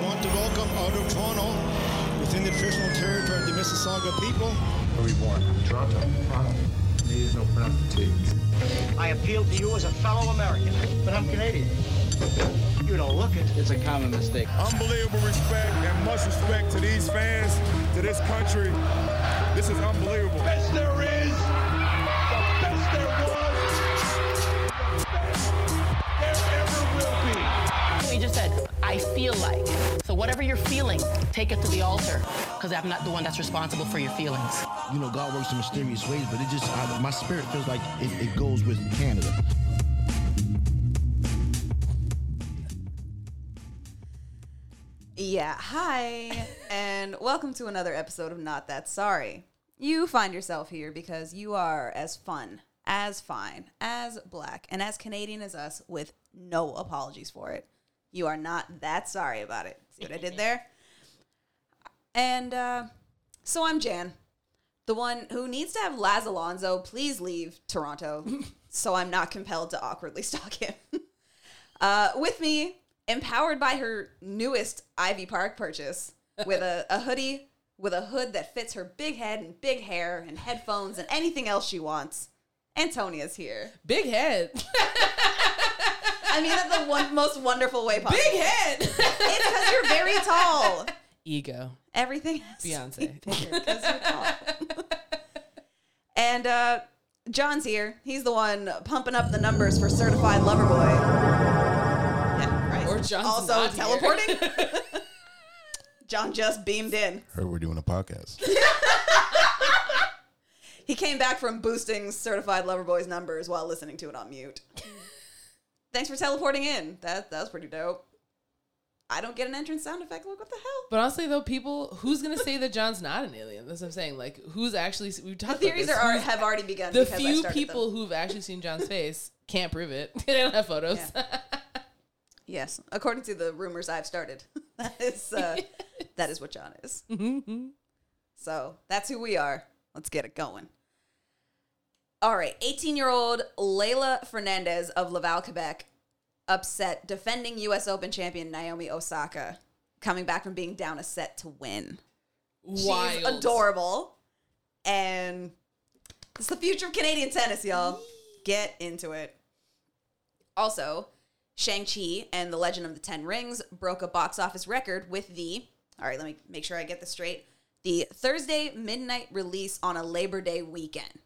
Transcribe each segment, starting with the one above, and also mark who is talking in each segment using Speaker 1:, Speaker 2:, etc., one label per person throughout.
Speaker 1: from Autochtono within the traditional territory of the Mississauga people.
Speaker 2: Where we born? Toronto. Toronto. There's no prostitutes.
Speaker 3: I appeal to you as a fellow American.
Speaker 4: But I'm Canadian. You don't look it. It's a common mistake.
Speaker 5: Unbelievable respect and much respect to these fans, to this country. This is unbelievable.
Speaker 6: Best there is, the best there was, the best there ever will
Speaker 7: be. He just said, I feel like. So whatever you're feeling, take it to the altar, because I'm not the one that's responsible for your feelings.
Speaker 8: You know, God works in mysterious ways, but it just, I, my spirit feels like it, it goes with Canada.
Speaker 9: Yeah, hi, and welcome to another episode of Not That Sorry. You find yourself here because you are as fun, as fine, as black, and as Canadian as us with no apologies for it. You are not that sorry about it. See what I did there? And uh, so I'm Jan, the one who needs to have Laz Alonso please leave Toronto so I'm not compelled to awkwardly stalk him. uh, with me, empowered by her newest Ivy Park purchase with a, a hoodie with a hood that fits her big head and big hair and headphones and anything else she wants. Antonia's here.
Speaker 10: Big head.
Speaker 9: I mean that the one most wonderful way possible.
Speaker 10: Big head. it's
Speaker 9: because you're very tall.
Speaker 10: Ego.
Speaker 9: Everything.
Speaker 10: Beyonce.
Speaker 9: Because you're tall. and uh, John's here. He's the one pumping up the numbers for Certified Lover Boy.
Speaker 10: John's
Speaker 9: also teleporting. John just beamed in.
Speaker 11: Heard we're doing a podcast.
Speaker 9: he came back from boosting certified lover boys numbers while listening to it on mute. Thanks for teleporting in. That that was pretty dope. I don't get an entrance sound effect. Look what the hell.
Speaker 10: But honestly, though, people who's gonna say that John's not an alien? That's what I'm saying. Like, who's actually we've talked.
Speaker 9: The theories
Speaker 10: about
Speaker 9: are have already begun.
Speaker 10: The few people them. who've actually seen John's face can't prove it. they don't have photos. Yeah.
Speaker 9: Yes, according to the rumors I've started, that is uh, that is what John is. Mm-hmm. So that's who we are. Let's get it going. All right, 18 year old Layla Fernandez of Laval, Quebec, upset defending U.S. Open champion Naomi Osaka, coming back from being down a set to win.
Speaker 10: Wild.
Speaker 9: She's adorable, and it's the future of Canadian tennis, y'all. Get into it. Also, Shang-Chi and The Legend of the Ten Rings broke a box office record with the, all right, let me make sure I get this straight, the Thursday midnight release on a Labor Day weekend.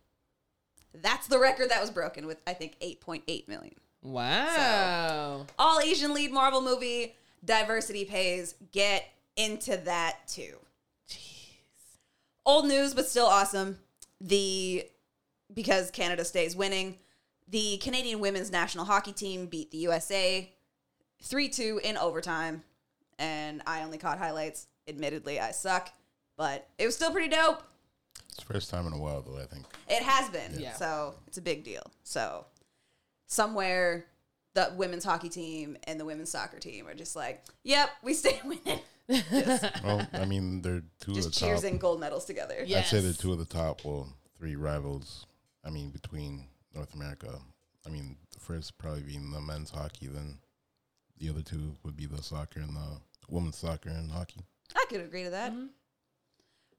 Speaker 9: That's the record that was broken with, I think, 8.8 million.
Speaker 10: Wow.
Speaker 9: So, all Asian lead Marvel movie, diversity pays. Get into that too.
Speaker 10: Jeez.
Speaker 9: Old news, but still awesome. The, because Canada stays winning. The Canadian women's national hockey team beat the USA 3 2 in overtime. And I only caught highlights. Admittedly, I suck, but it was still pretty dope.
Speaker 11: It's first time in a while, though, I think.
Speaker 9: It has been. Yeah. So it's a big deal. So somewhere the women's hockey team and the women's soccer team are just like, yep, we stay winning.
Speaker 11: Just, well, I mean, they're two
Speaker 9: just
Speaker 11: of the
Speaker 9: cheers
Speaker 11: top.
Speaker 9: and gold medals together.
Speaker 11: Yes. I'd say they're two of the top, well, three rivals. I mean, between North America. I mean, the first probably being the men's hockey, then the other two would be the soccer and the women's soccer and hockey.
Speaker 9: I could agree to that. Mm-hmm.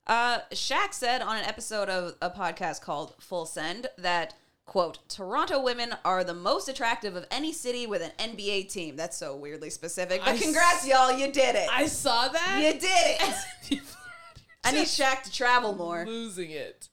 Speaker 9: Uh, Shaq said on an episode of a podcast called Full Send that, quote, Toronto women are the most attractive of any city with an NBA team. That's so weirdly specific. But I congrats, s- y'all. You did it.
Speaker 10: I saw that.
Speaker 9: You did it. I need Shaq to travel more.
Speaker 10: Losing it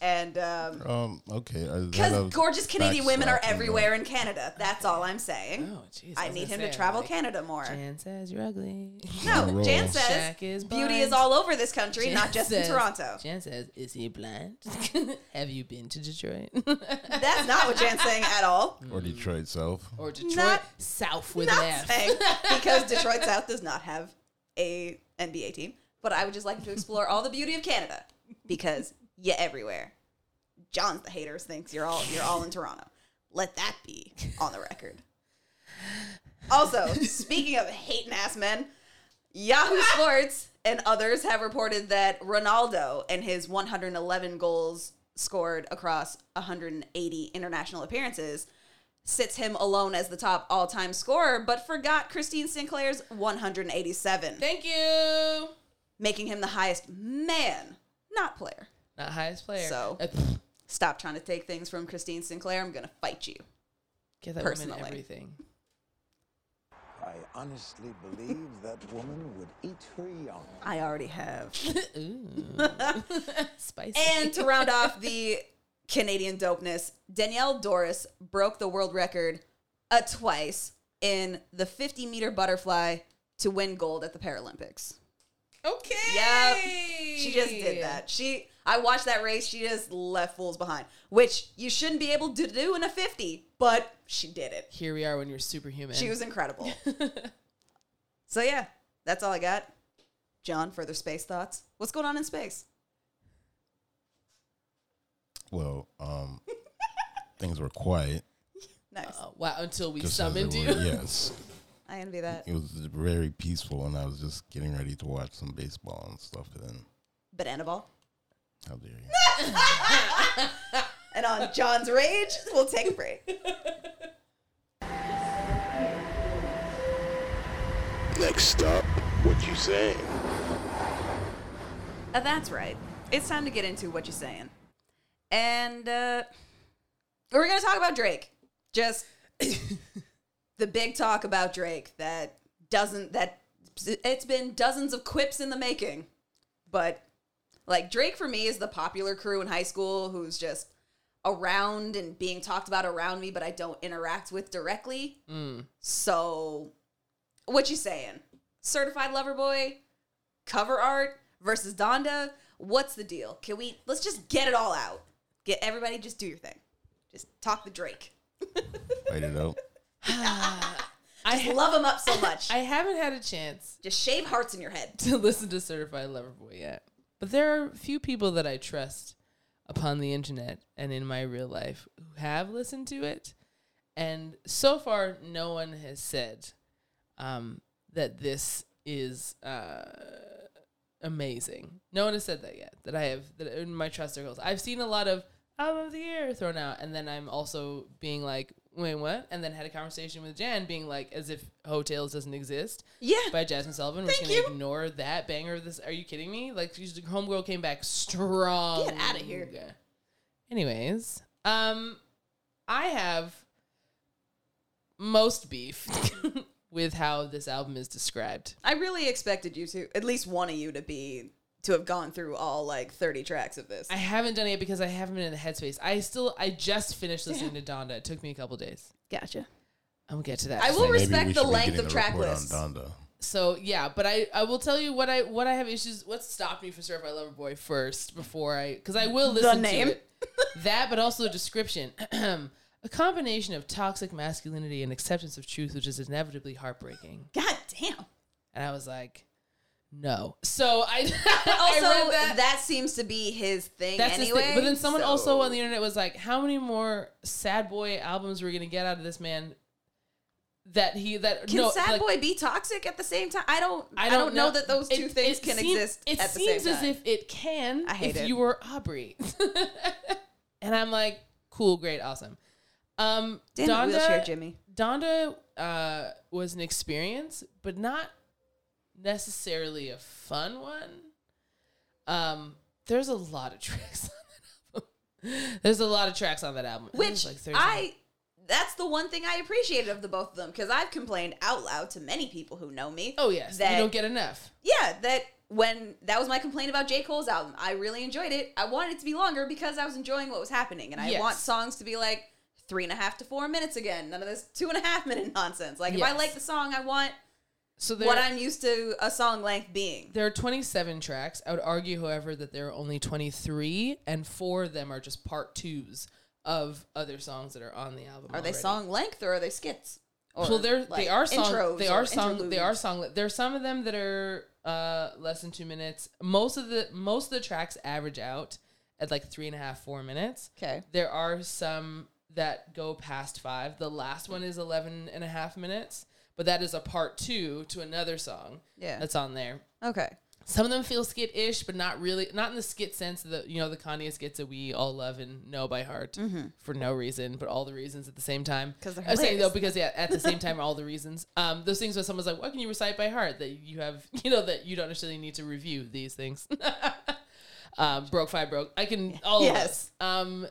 Speaker 9: and um,
Speaker 11: um okay
Speaker 9: because gorgeous canadian women are everywhere in canada that's all i'm saying
Speaker 10: oh, geez,
Speaker 9: i, I need him say, to travel like, canada more
Speaker 10: jan says you're ugly
Speaker 9: no jan says is beauty is all over this country jan not just
Speaker 10: says,
Speaker 9: in toronto
Speaker 10: jan says is he blind have you been to detroit
Speaker 9: that's not what jan's saying at all
Speaker 11: or detroit south
Speaker 10: or detroit not, south with an F.
Speaker 9: Saying, because detroit south does not have a nba team but i would just like to explore all the beauty of canada because you everywhere. John's the haters thinks you're all you're all in Toronto. Let that be on the record. Also, speaking of hating ass men, Yahoo Sports and others have reported that Ronaldo and his 111 goals scored across 180 international appearances sits him alone as the top all time scorer, but forgot Christine Sinclair's 187.
Speaker 10: Thank you.
Speaker 9: Making him the highest man, not player.
Speaker 10: Not highest player.
Speaker 9: So
Speaker 10: Uh,
Speaker 9: stop trying to take things from Christine Sinclair. I'm going to fight you.
Speaker 10: Get that
Speaker 9: personally.
Speaker 10: woman everything.
Speaker 12: I honestly believe that woman would eat her young.
Speaker 9: I already have.
Speaker 10: Spicy.
Speaker 9: And to round off the Canadian dopeness, Danielle Doris broke the world record a twice in the 50 meter butterfly to win gold at the Paralympics.
Speaker 10: Okay.
Speaker 9: Yep. She just did that. She I watched that race, she just left fools behind, which you shouldn't be able to do in a 50, but she did it.
Speaker 10: Here we are when you're superhuman.
Speaker 9: She was incredible. so yeah, that's all I got. John, further space thoughts. What's going on in space?
Speaker 11: Well, um, things were quiet.
Speaker 9: Nice.
Speaker 10: Uh, wow, until we
Speaker 11: just as
Speaker 10: summoned
Speaker 11: they
Speaker 10: you.
Speaker 11: were- Yes.
Speaker 9: I envy that.
Speaker 11: It was very peaceful, and I was just getting ready to watch some baseball and stuff. And then,
Speaker 9: Banana ball.
Speaker 11: how dare you?
Speaker 9: And on John's rage, we'll take a break.
Speaker 13: Next stop, what you saying?
Speaker 9: Uh, that's right. It's time to get into what you're saying. And uh, we're going to talk about Drake. Just the big talk about Drake that doesn't, that it's been dozens of quips in the making. But like Drake for me is the popular crew in high school who's just around and being talked about around me, but I don't interact with directly.
Speaker 10: Mm.
Speaker 9: So, what you saying? Certified lover boy, cover art versus Donda. What's the deal? Can we? Let's just get it all out. Get everybody. Just do your thing. Just talk the Drake.
Speaker 11: Fight it out.
Speaker 10: I
Speaker 9: Just love him up so much.
Speaker 10: I haven't had a chance
Speaker 9: Just shave hearts in your head.
Speaker 10: to listen to Certified Lover Boy yet, but there are few people that I trust upon the internet and in my real life who have listened to it, and so far no one has said um, that this is uh, amazing. No one has said that yet. That I have that in my trust circles. I've seen a lot of album of the year thrown out, and then I'm also being like, wait, what? And then had a conversation with Jan, being like, as if Hotels doesn't exist.
Speaker 9: Yeah.
Speaker 10: By Jasmine Sullivan. We're just gonna ignore that banger. Of this? Are you kidding me? Like, she's- Homegirl came back strong.
Speaker 9: Get outta here.
Speaker 10: Anyways, um, I have most beef with how this album is described.
Speaker 9: I really expected you to, at least one of you, to be to have gone through all like thirty tracks of this.
Speaker 10: I haven't done it yet because I haven't been in the headspace. I still, I just finished listening to Donda. It took me a couple days.
Speaker 9: Gotcha.
Speaker 10: And we'll get to that.
Speaker 9: I will
Speaker 11: Maybe we
Speaker 9: respect the
Speaker 11: should be
Speaker 9: length
Speaker 11: getting
Speaker 9: of
Speaker 11: the
Speaker 9: track
Speaker 11: report on
Speaker 9: lists.
Speaker 11: Donda.
Speaker 10: So yeah, but I, I will tell you what I what I have issues. What stopped me from Surf I Love Boy first before I because I will
Speaker 9: The
Speaker 10: listen
Speaker 9: name.
Speaker 10: to it. that, but also the description. a combination of toxic masculinity and acceptance of truth, which is inevitably heartbreaking.
Speaker 9: God damn.
Speaker 10: And I was like, no. So I I
Speaker 9: Also,
Speaker 10: read
Speaker 9: that.
Speaker 10: that.
Speaker 9: seems to be his thing
Speaker 10: That's his thing.
Speaker 9: anyway.
Speaker 10: But then someone
Speaker 9: so-
Speaker 10: also on the internet was like, "How many more sad boy albums we're gonna get out of this man?" That he that
Speaker 9: Can
Speaker 10: no,
Speaker 9: sad
Speaker 10: like,
Speaker 9: boy be toxic at the same time? I don't. I don't, know. that those
Speaker 10: It-
Speaker 9: two things
Speaker 10: it
Speaker 9: can
Speaker 10: seem-
Speaker 9: exist
Speaker 10: It
Speaker 9: at the same time.
Speaker 10: seems as if it can.
Speaker 9: I hate
Speaker 10: if
Speaker 9: it.
Speaker 10: you were Aubrey, and I'm like, cool, great, awesome. Um,
Speaker 9: Damn it,
Speaker 10: Donda,
Speaker 9: wheelchair Jimmy.
Speaker 10: Donda uh, was an experience, but not necessarily a fun one. Um, there's a lot of tracks on that album. There's a lot of tracks on that album. I think
Speaker 9: Which
Speaker 10: it's like 30.
Speaker 9: I, that's the one thing I appreciated of the both of them because I've complained out loud to many people who know me.
Speaker 10: oh yes,
Speaker 9: that-
Speaker 10: you don't get enough.
Speaker 9: Yeah, that when that was my complaint about J Cole's album, I really enjoyed it. I wanted it to be longer because I was enjoying what was happening, and I
Speaker 10: Yes.
Speaker 9: want songs to be like three and a half to four minutes again. None of this two and a half minute nonsense. Like if I
Speaker 10: Yes.
Speaker 9: like the song, I want
Speaker 10: So there,
Speaker 9: what I'm used to a song length being.
Speaker 10: There are 27 tracks. I would argue, however, that there are only 23, and four of them are just part twos of other songs that are on the album.
Speaker 9: Are they
Speaker 10: already.
Speaker 9: song length or are they skits? Or
Speaker 10: well, they're,
Speaker 9: like,
Speaker 10: they are song.
Speaker 9: intros
Speaker 10: They
Speaker 9: or
Speaker 10: are song. They
Speaker 9: interludes?
Speaker 10: are song. There's some of them that are uh, less than two minutes. Most of the most of the tracks average out at like three and a half, four minutes.
Speaker 9: Okay.
Speaker 10: There are some that go past five. The last one is 11 and a half minutes, but that is a part two to another song.
Speaker 9: Yeah.
Speaker 10: That's on there.
Speaker 9: Okay.
Speaker 10: Some of them feel skit-ish, but not really, not in the skit sense. That you know, the Kanye skits that we all love and know by heart
Speaker 9: Mhm.
Speaker 10: for no reason, but all the reasons at the same time.
Speaker 9: 'Cause they're
Speaker 10: I was saying though,
Speaker 9: hilarious.
Speaker 10: because yeah, at the same time, all the reasons. Um, those things when someone's like, "What can you recite by heart?" That you have, you know, that you don't necessarily need to review these things. um, broke five broke. I can all
Speaker 9: Yes.
Speaker 10: yes. Um,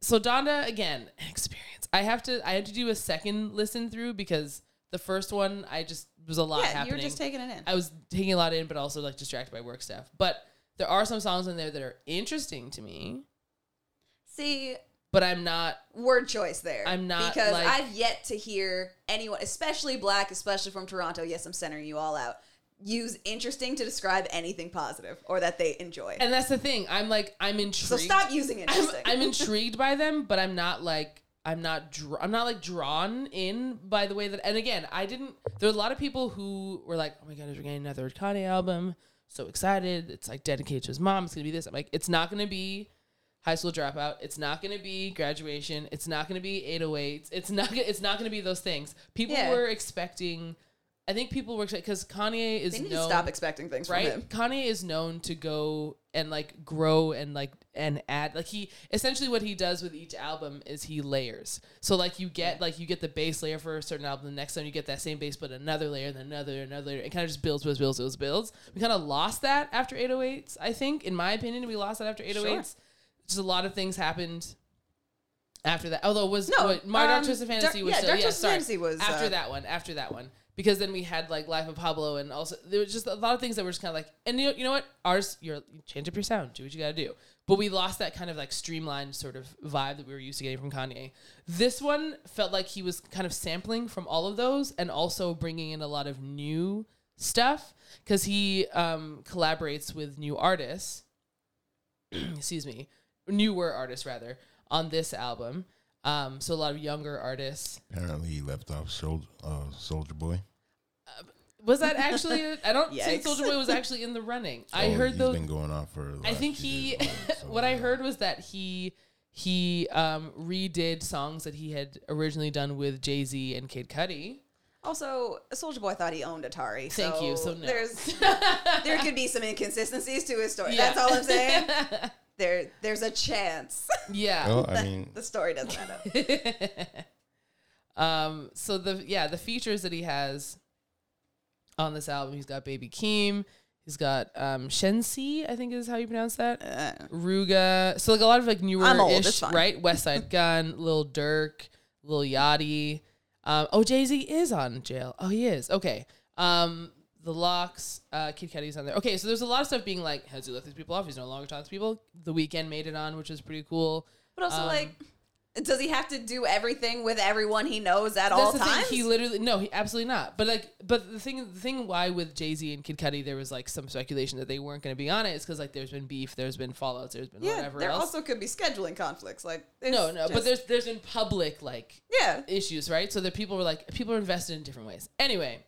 Speaker 10: so Donda again experience. I have to I had to do a second listen through because the first one I just was a lot
Speaker 9: Yeah, you were
Speaker 10: happening.
Speaker 9: just taking it in.
Speaker 10: I was taking a lot in, but also like distracted by work stuff. But there are some songs in there that are interesting to me,
Speaker 9: See,
Speaker 10: but I'm not.
Speaker 9: word choice there.
Speaker 10: I'm not,
Speaker 9: because
Speaker 10: like-
Speaker 9: I've yet to hear anyone, especially black, especially from Toronto. Yes, I'm centering you all out. Use interesting to describe anything positive or that they enjoy.
Speaker 10: And that's the thing. I'm like I'm intrigued.
Speaker 9: stop using
Speaker 10: I'm-
Speaker 9: interesting.
Speaker 10: I'm, intrigued by them, but I'm not like I'm not dr- I'm not like drawn in by the way that. And again, I didn't. There are a lot of people who were like, "Oh my god, we're getting another Kanye album. So excited! It's like dedicated to his mom. It's gonna be this." I'm like, "It's not gonna be." High school dropout. It's not going to be graduation. It's not going to be 808s. It's not. Gonna, it's not going to be those things. People
Speaker 9: Yeah.
Speaker 10: were expecting. I think people were because Kanye is
Speaker 9: They need to
Speaker 10: known-
Speaker 9: stop expecting things from
Speaker 10: right?
Speaker 9: him.
Speaker 10: Kanye is known to go and like grow and like and add like he essentially what he does with each album is he layers. So like you get like you get the base layer for a certain album, the next time you get that same base but another layer, then another, another layer. It kind of just builds, builds, builds, builds, builds. We kind of lost that after 808s, I think. In my opinion, we lost that after 808s. Just a lot of things happened after that. Although it was
Speaker 9: No,
Speaker 10: what, my
Speaker 9: um,
Speaker 10: Dark Twisted
Speaker 9: Dark-
Speaker 10: Fantasy was
Speaker 9: yeah,
Speaker 10: still
Speaker 9: Dark
Speaker 10: yeah,
Speaker 9: Twisted
Speaker 10: sorry.
Speaker 9: Fantasy was,
Speaker 10: after
Speaker 9: uh,
Speaker 10: that one. After that one, because then we had like Life of Pablo, and also there was just a lot of things that were just kind of like, and you know, you know what, ours, you're you change up your sound, do what you got to do. But we lost that kind of like streamlined sort of vibe that we were used to getting from Kanye. This one felt like he was kind of sampling from all of those, and also bringing in a lot of new stuff because he um, collaborates with new artists excuse me, newer artists rather on this album. Um, so a lot of younger artists.
Speaker 11: Apparently, he left off Soldier uh, Soldier Boy.
Speaker 10: Was that actually? I don't think
Speaker 11: Yikes.
Speaker 10: Soldier Boy was actually in the running. I
Speaker 11: Oh,
Speaker 10: heard
Speaker 11: he's
Speaker 10: those.
Speaker 11: been going on for. the
Speaker 10: I
Speaker 11: last
Speaker 10: think
Speaker 11: few
Speaker 10: he.
Speaker 11: years.
Speaker 10: what I heard was that he he um, redid songs that he had originally done with Jay Z and Kid Cudi.
Speaker 9: Also, Soldier Boy thought he owned Atari.
Speaker 10: Thank
Speaker 9: so
Speaker 10: you, so no.
Speaker 9: there's there could be some inconsistencies to his story.
Speaker 10: Yeah.
Speaker 9: That's all I'm saying. there, there's a chance.
Speaker 10: Yeah.
Speaker 11: Well, I mean-
Speaker 9: the story doesn't add up.
Speaker 10: Um, so the yeah, the features that he has on this album, he's got Baby Keem, he's got um Shensi, I think is how you pronounce that. Ruga. So like a lot of like newer
Speaker 9: Uh. I'm old, it's
Speaker 10: ish,
Speaker 9: fine.
Speaker 10: right? West Side Gun, Lil Durk, Lil Yachty. Um, oh, Jay Z is on jail. Oh, he is. Okay. Um, the Locks, uh, Kid Cudi's on there. Okay, so there's a lot of stuff being like, has he left these people off? He's no longer talking to people. The Weekend made it on, which is pretty cool.
Speaker 9: But also,
Speaker 10: Um,
Speaker 9: like, does he have to do everything with everyone he knows at
Speaker 10: That's
Speaker 9: all
Speaker 10: the
Speaker 9: times?
Speaker 10: Thing. He literally no, he absolutely not. But like, but the thing, the thing why with Jay Z and Kid Cudi there was like some speculation that they weren't going to be on it is because like there's been beef, there's been fallouts, there's been
Speaker 9: yeah,
Speaker 10: whatever
Speaker 9: there
Speaker 10: else.
Speaker 9: also could be scheduling conflicts. Like, it's
Speaker 10: no, no, but
Speaker 9: just-
Speaker 10: there's there's been public like
Speaker 9: yeah
Speaker 10: issues, right? So that people were like people are invested in different ways. Anyway,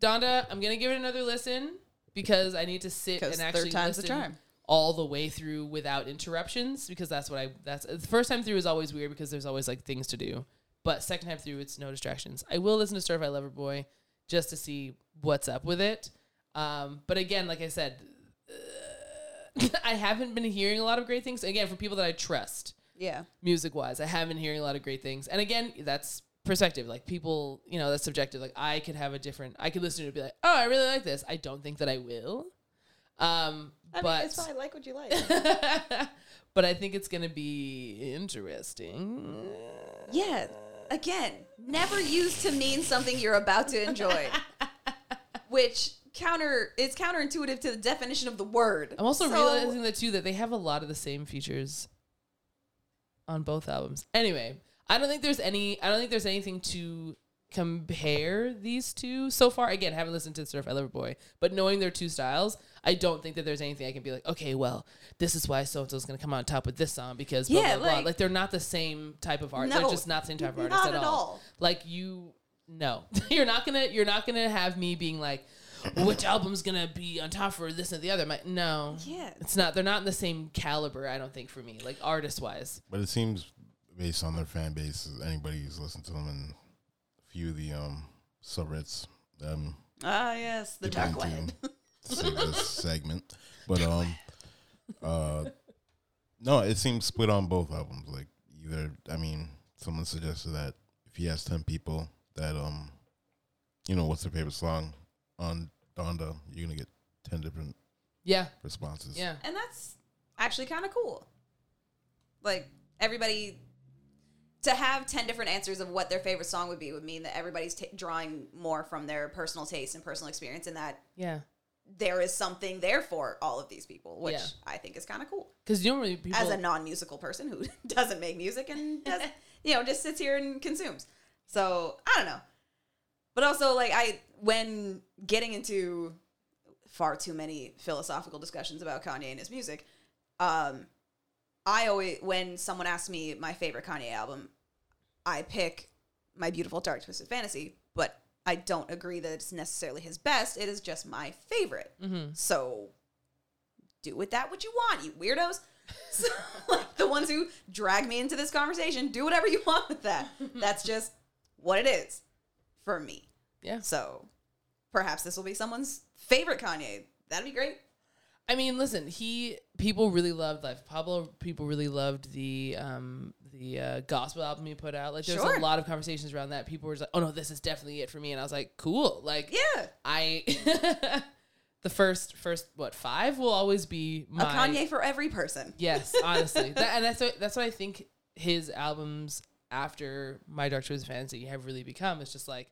Speaker 10: Donda, I'm gonna give it another listen because I need to sit
Speaker 9: 'Cause
Speaker 10: and
Speaker 9: third
Speaker 10: actually
Speaker 9: time's the
Speaker 10: listen
Speaker 9: charm.
Speaker 10: all the way through without interruptions because that's what I that's the first time through is always weird because there's always like things to do. But second time through it's no distractions. I will listen to Certified Lover Boy just to see what's up with it. Um, but again, like I said, uh, I haven't been hearing a lot of great things again from people that I trust
Speaker 9: yeah.
Speaker 10: music wise. I have been hearing a lot of great things. And again, that's perspective. Like people, you know, that's subjective. Like I could have a different I could listen to it and be like, oh, I really like this. I don't think that I will. Um
Speaker 9: I
Speaker 10: but
Speaker 9: mean, it's fine. Like what you like.
Speaker 10: but I think it's gonna be interesting.
Speaker 9: yeah. Again, never used to mean something you're about to enjoy, which counter is counterintuitive to the definition of the word.
Speaker 10: I'm also
Speaker 9: So-
Speaker 10: realizing that too that they have a lot of the same features on both albums. Anyway, I don't think there's any I don't think there's anything to compare these two so far. Again, haven't listened to Surf I Love Boy, but knowing their two styles, I don't think that there's anything I can be like, okay, well, this is why so and so's gonna come on top with this song because blah
Speaker 9: Yeah,
Speaker 10: blah blah.
Speaker 9: like-
Speaker 10: Like they're not the same type of art. they're
Speaker 9: No,
Speaker 10: just not the same type of
Speaker 9: not
Speaker 10: artist at,
Speaker 9: at
Speaker 10: all.
Speaker 9: all.
Speaker 10: Like you no. you're not gonna you're not gonna have me being like which album's gonna be on top for this and the other? My, no,
Speaker 9: Yeah.
Speaker 10: it's not. They're not in the same caliber. I don't think for me, like artist wise.
Speaker 11: But it seems based on their fan base, anybody who's listened to them and a few of the um subreddits um
Speaker 9: Ah, yes, the dark web.
Speaker 11: to save this segment. But um, uh, no, it seems split on both albums. Like either, I mean, someone suggested that if you ask ten people that um, you know, what's their favorite song on Donda, you're gonna get ten different
Speaker 10: Yeah.
Speaker 11: responses.
Speaker 10: Yeah.
Speaker 9: And that's actually kind of cool. Like everybody to have 10 different answers of what their favorite song would be would mean that everybody's ta drawing more from their personal taste and personal experience and that
Speaker 10: Yeah.
Speaker 9: there is something there for all of these people, which
Speaker 10: Yeah.
Speaker 9: I think is kind of cool.
Speaker 10: Because normally people
Speaker 9: As a non-musical person who doesn't make music and does, you know, just sits here and consumes. So I don't know, but also like I when getting into far too many philosophical discussions about Kanye and his music, um, I always when someone asks me my favorite Kanye album, I pick my beautiful dark twisted fantasy, but I don't agree that it's necessarily his best. It is just my favorite.
Speaker 10: Mhm.
Speaker 9: So do with that what you want, you weirdos. So, like the ones who drag me into this conversation, do whatever you want with that. That's just what it is for me.
Speaker 10: Yeah.
Speaker 9: So perhaps this will be someone's favorite Kanye. That'd be great.
Speaker 10: I mean, listen, he people really loved Life of Pablo. People really loved the um the uh, gospel album he put out. Like there's
Speaker 9: Sure.
Speaker 10: a lot of conversations around that. People were just like, "Oh no, this is definitely it for me." And I was like, "Cool." Like
Speaker 9: Yeah.
Speaker 10: I the first first what, 5 will always be my
Speaker 9: A Kanye for every person.
Speaker 10: Yes, honestly, that, and that's what, that's what I think his albums after My Dark Twisted Fantasy have really become. It's just like,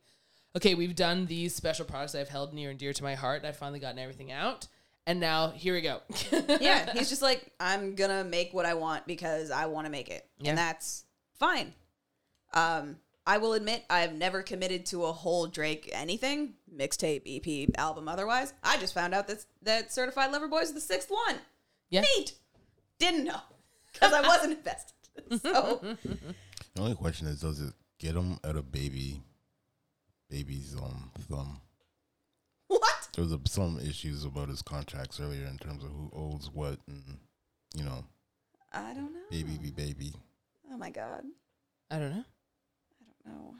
Speaker 10: okay, we've done these special products I've held near and dear to my heart. I've finally gotten everything out, and now here we go.
Speaker 9: yeah, he's just like, I'm gonna make what I want because I want to make it,
Speaker 10: Yeah.
Speaker 9: and that's fine. Um, I will admit I've never committed to a whole Drake anything mixtape, EP, album. Otherwise, I just found out that that Certified Lover Boy is the sixth one.
Speaker 10: Yeah.
Speaker 9: Neat. Didn't know because I wasn't invested. So
Speaker 11: The only question is, does it get him out of baby, baby's um thumb?
Speaker 9: What?
Speaker 11: There was a, some issues about his contracts earlier in terms of who owes what, and you know,
Speaker 9: I don't know.
Speaker 11: baby be baby.
Speaker 9: Oh my god,
Speaker 10: I don't know.
Speaker 9: I don't know.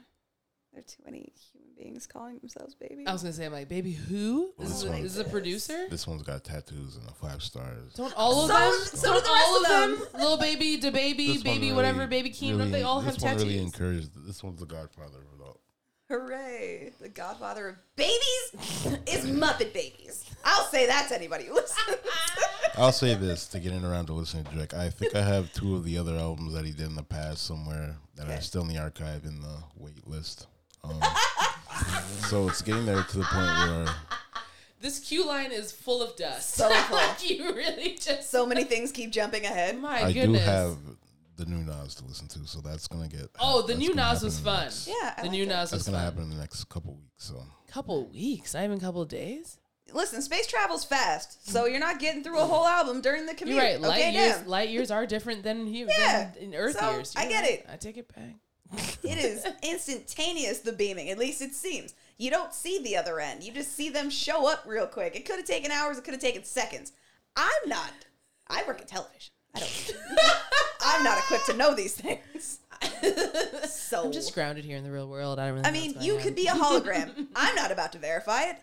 Speaker 9: There are too many human beings calling themselves baby.
Speaker 10: I was gonna say, I'm like, baby, who?
Speaker 11: Well,
Speaker 10: This is, a,
Speaker 11: one-
Speaker 10: this is a producer.
Speaker 11: This one's got tattoos and a five stars.
Speaker 10: Don't all
Speaker 9: So-
Speaker 10: of them?
Speaker 9: so do
Speaker 10: don't
Speaker 9: the
Speaker 10: all
Speaker 9: rest
Speaker 10: of
Speaker 9: of
Speaker 10: them? Little baby, the baby,
Speaker 11: This one
Speaker 10: baby,
Speaker 11: really-
Speaker 10: whatever, baby Keem. don't they
Speaker 11: really-
Speaker 10: all have
Speaker 11: This one
Speaker 10: tattoos?
Speaker 11: really encouraged. This one's the Godfather of it all.
Speaker 9: Hooray! The godfather of babies is Muppet Babies. I'll say that to anybody who listens.
Speaker 11: I'll say this to get in around to listening to Drake. I think I have two of the other albums that he did in the past somewhere that are still in the archive in the wait list. Um, so it's getting there to the point where
Speaker 10: This queue line is full of dust.
Speaker 9: So full.
Speaker 10: like you really just
Speaker 9: so many things keep jumping ahead.
Speaker 10: My
Speaker 11: I
Speaker 10: goodness.
Speaker 11: do have the new Nas to listen to, so that's gonna get.
Speaker 10: Oh, the
Speaker 11: that's
Speaker 10: new
Speaker 11: gonna
Speaker 10: Nas
Speaker 11: happen
Speaker 10: was
Speaker 11: in the
Speaker 10: fun.
Speaker 11: next-
Speaker 9: Yeah, I
Speaker 10: the
Speaker 9: like
Speaker 10: new
Speaker 9: it.
Speaker 10: Nas
Speaker 11: That's
Speaker 10: was
Speaker 11: gonna
Speaker 10: fun.
Speaker 11: happen in the next couple weeks. So
Speaker 10: Couple weeks, not even couple days.
Speaker 9: Listen, space travel's fast, so you're not getting through a whole album during the commute.
Speaker 10: You're right. Light
Speaker 9: okay,
Speaker 10: years,
Speaker 9: damn.
Speaker 10: light years are different than here
Speaker 9: Yeah,
Speaker 10: than in Earth
Speaker 9: so,
Speaker 10: years.
Speaker 9: I
Speaker 10: You're
Speaker 9: get
Speaker 10: right.
Speaker 9: it.
Speaker 10: I take it back.
Speaker 9: it is instantaneous. The beaming, at least it seems. You don't see the other end. You just see them show up real quick. It could have taken hours. It could have taken seconds. I'm not. I work in television. I don't. I'm not equipped to know these things. so
Speaker 10: I'm just grounded here in the real world. I don't really.
Speaker 9: I
Speaker 10: know what's
Speaker 9: mean,
Speaker 10: going
Speaker 9: you
Speaker 10: on.
Speaker 9: could be a hologram. I'm not about to verify it.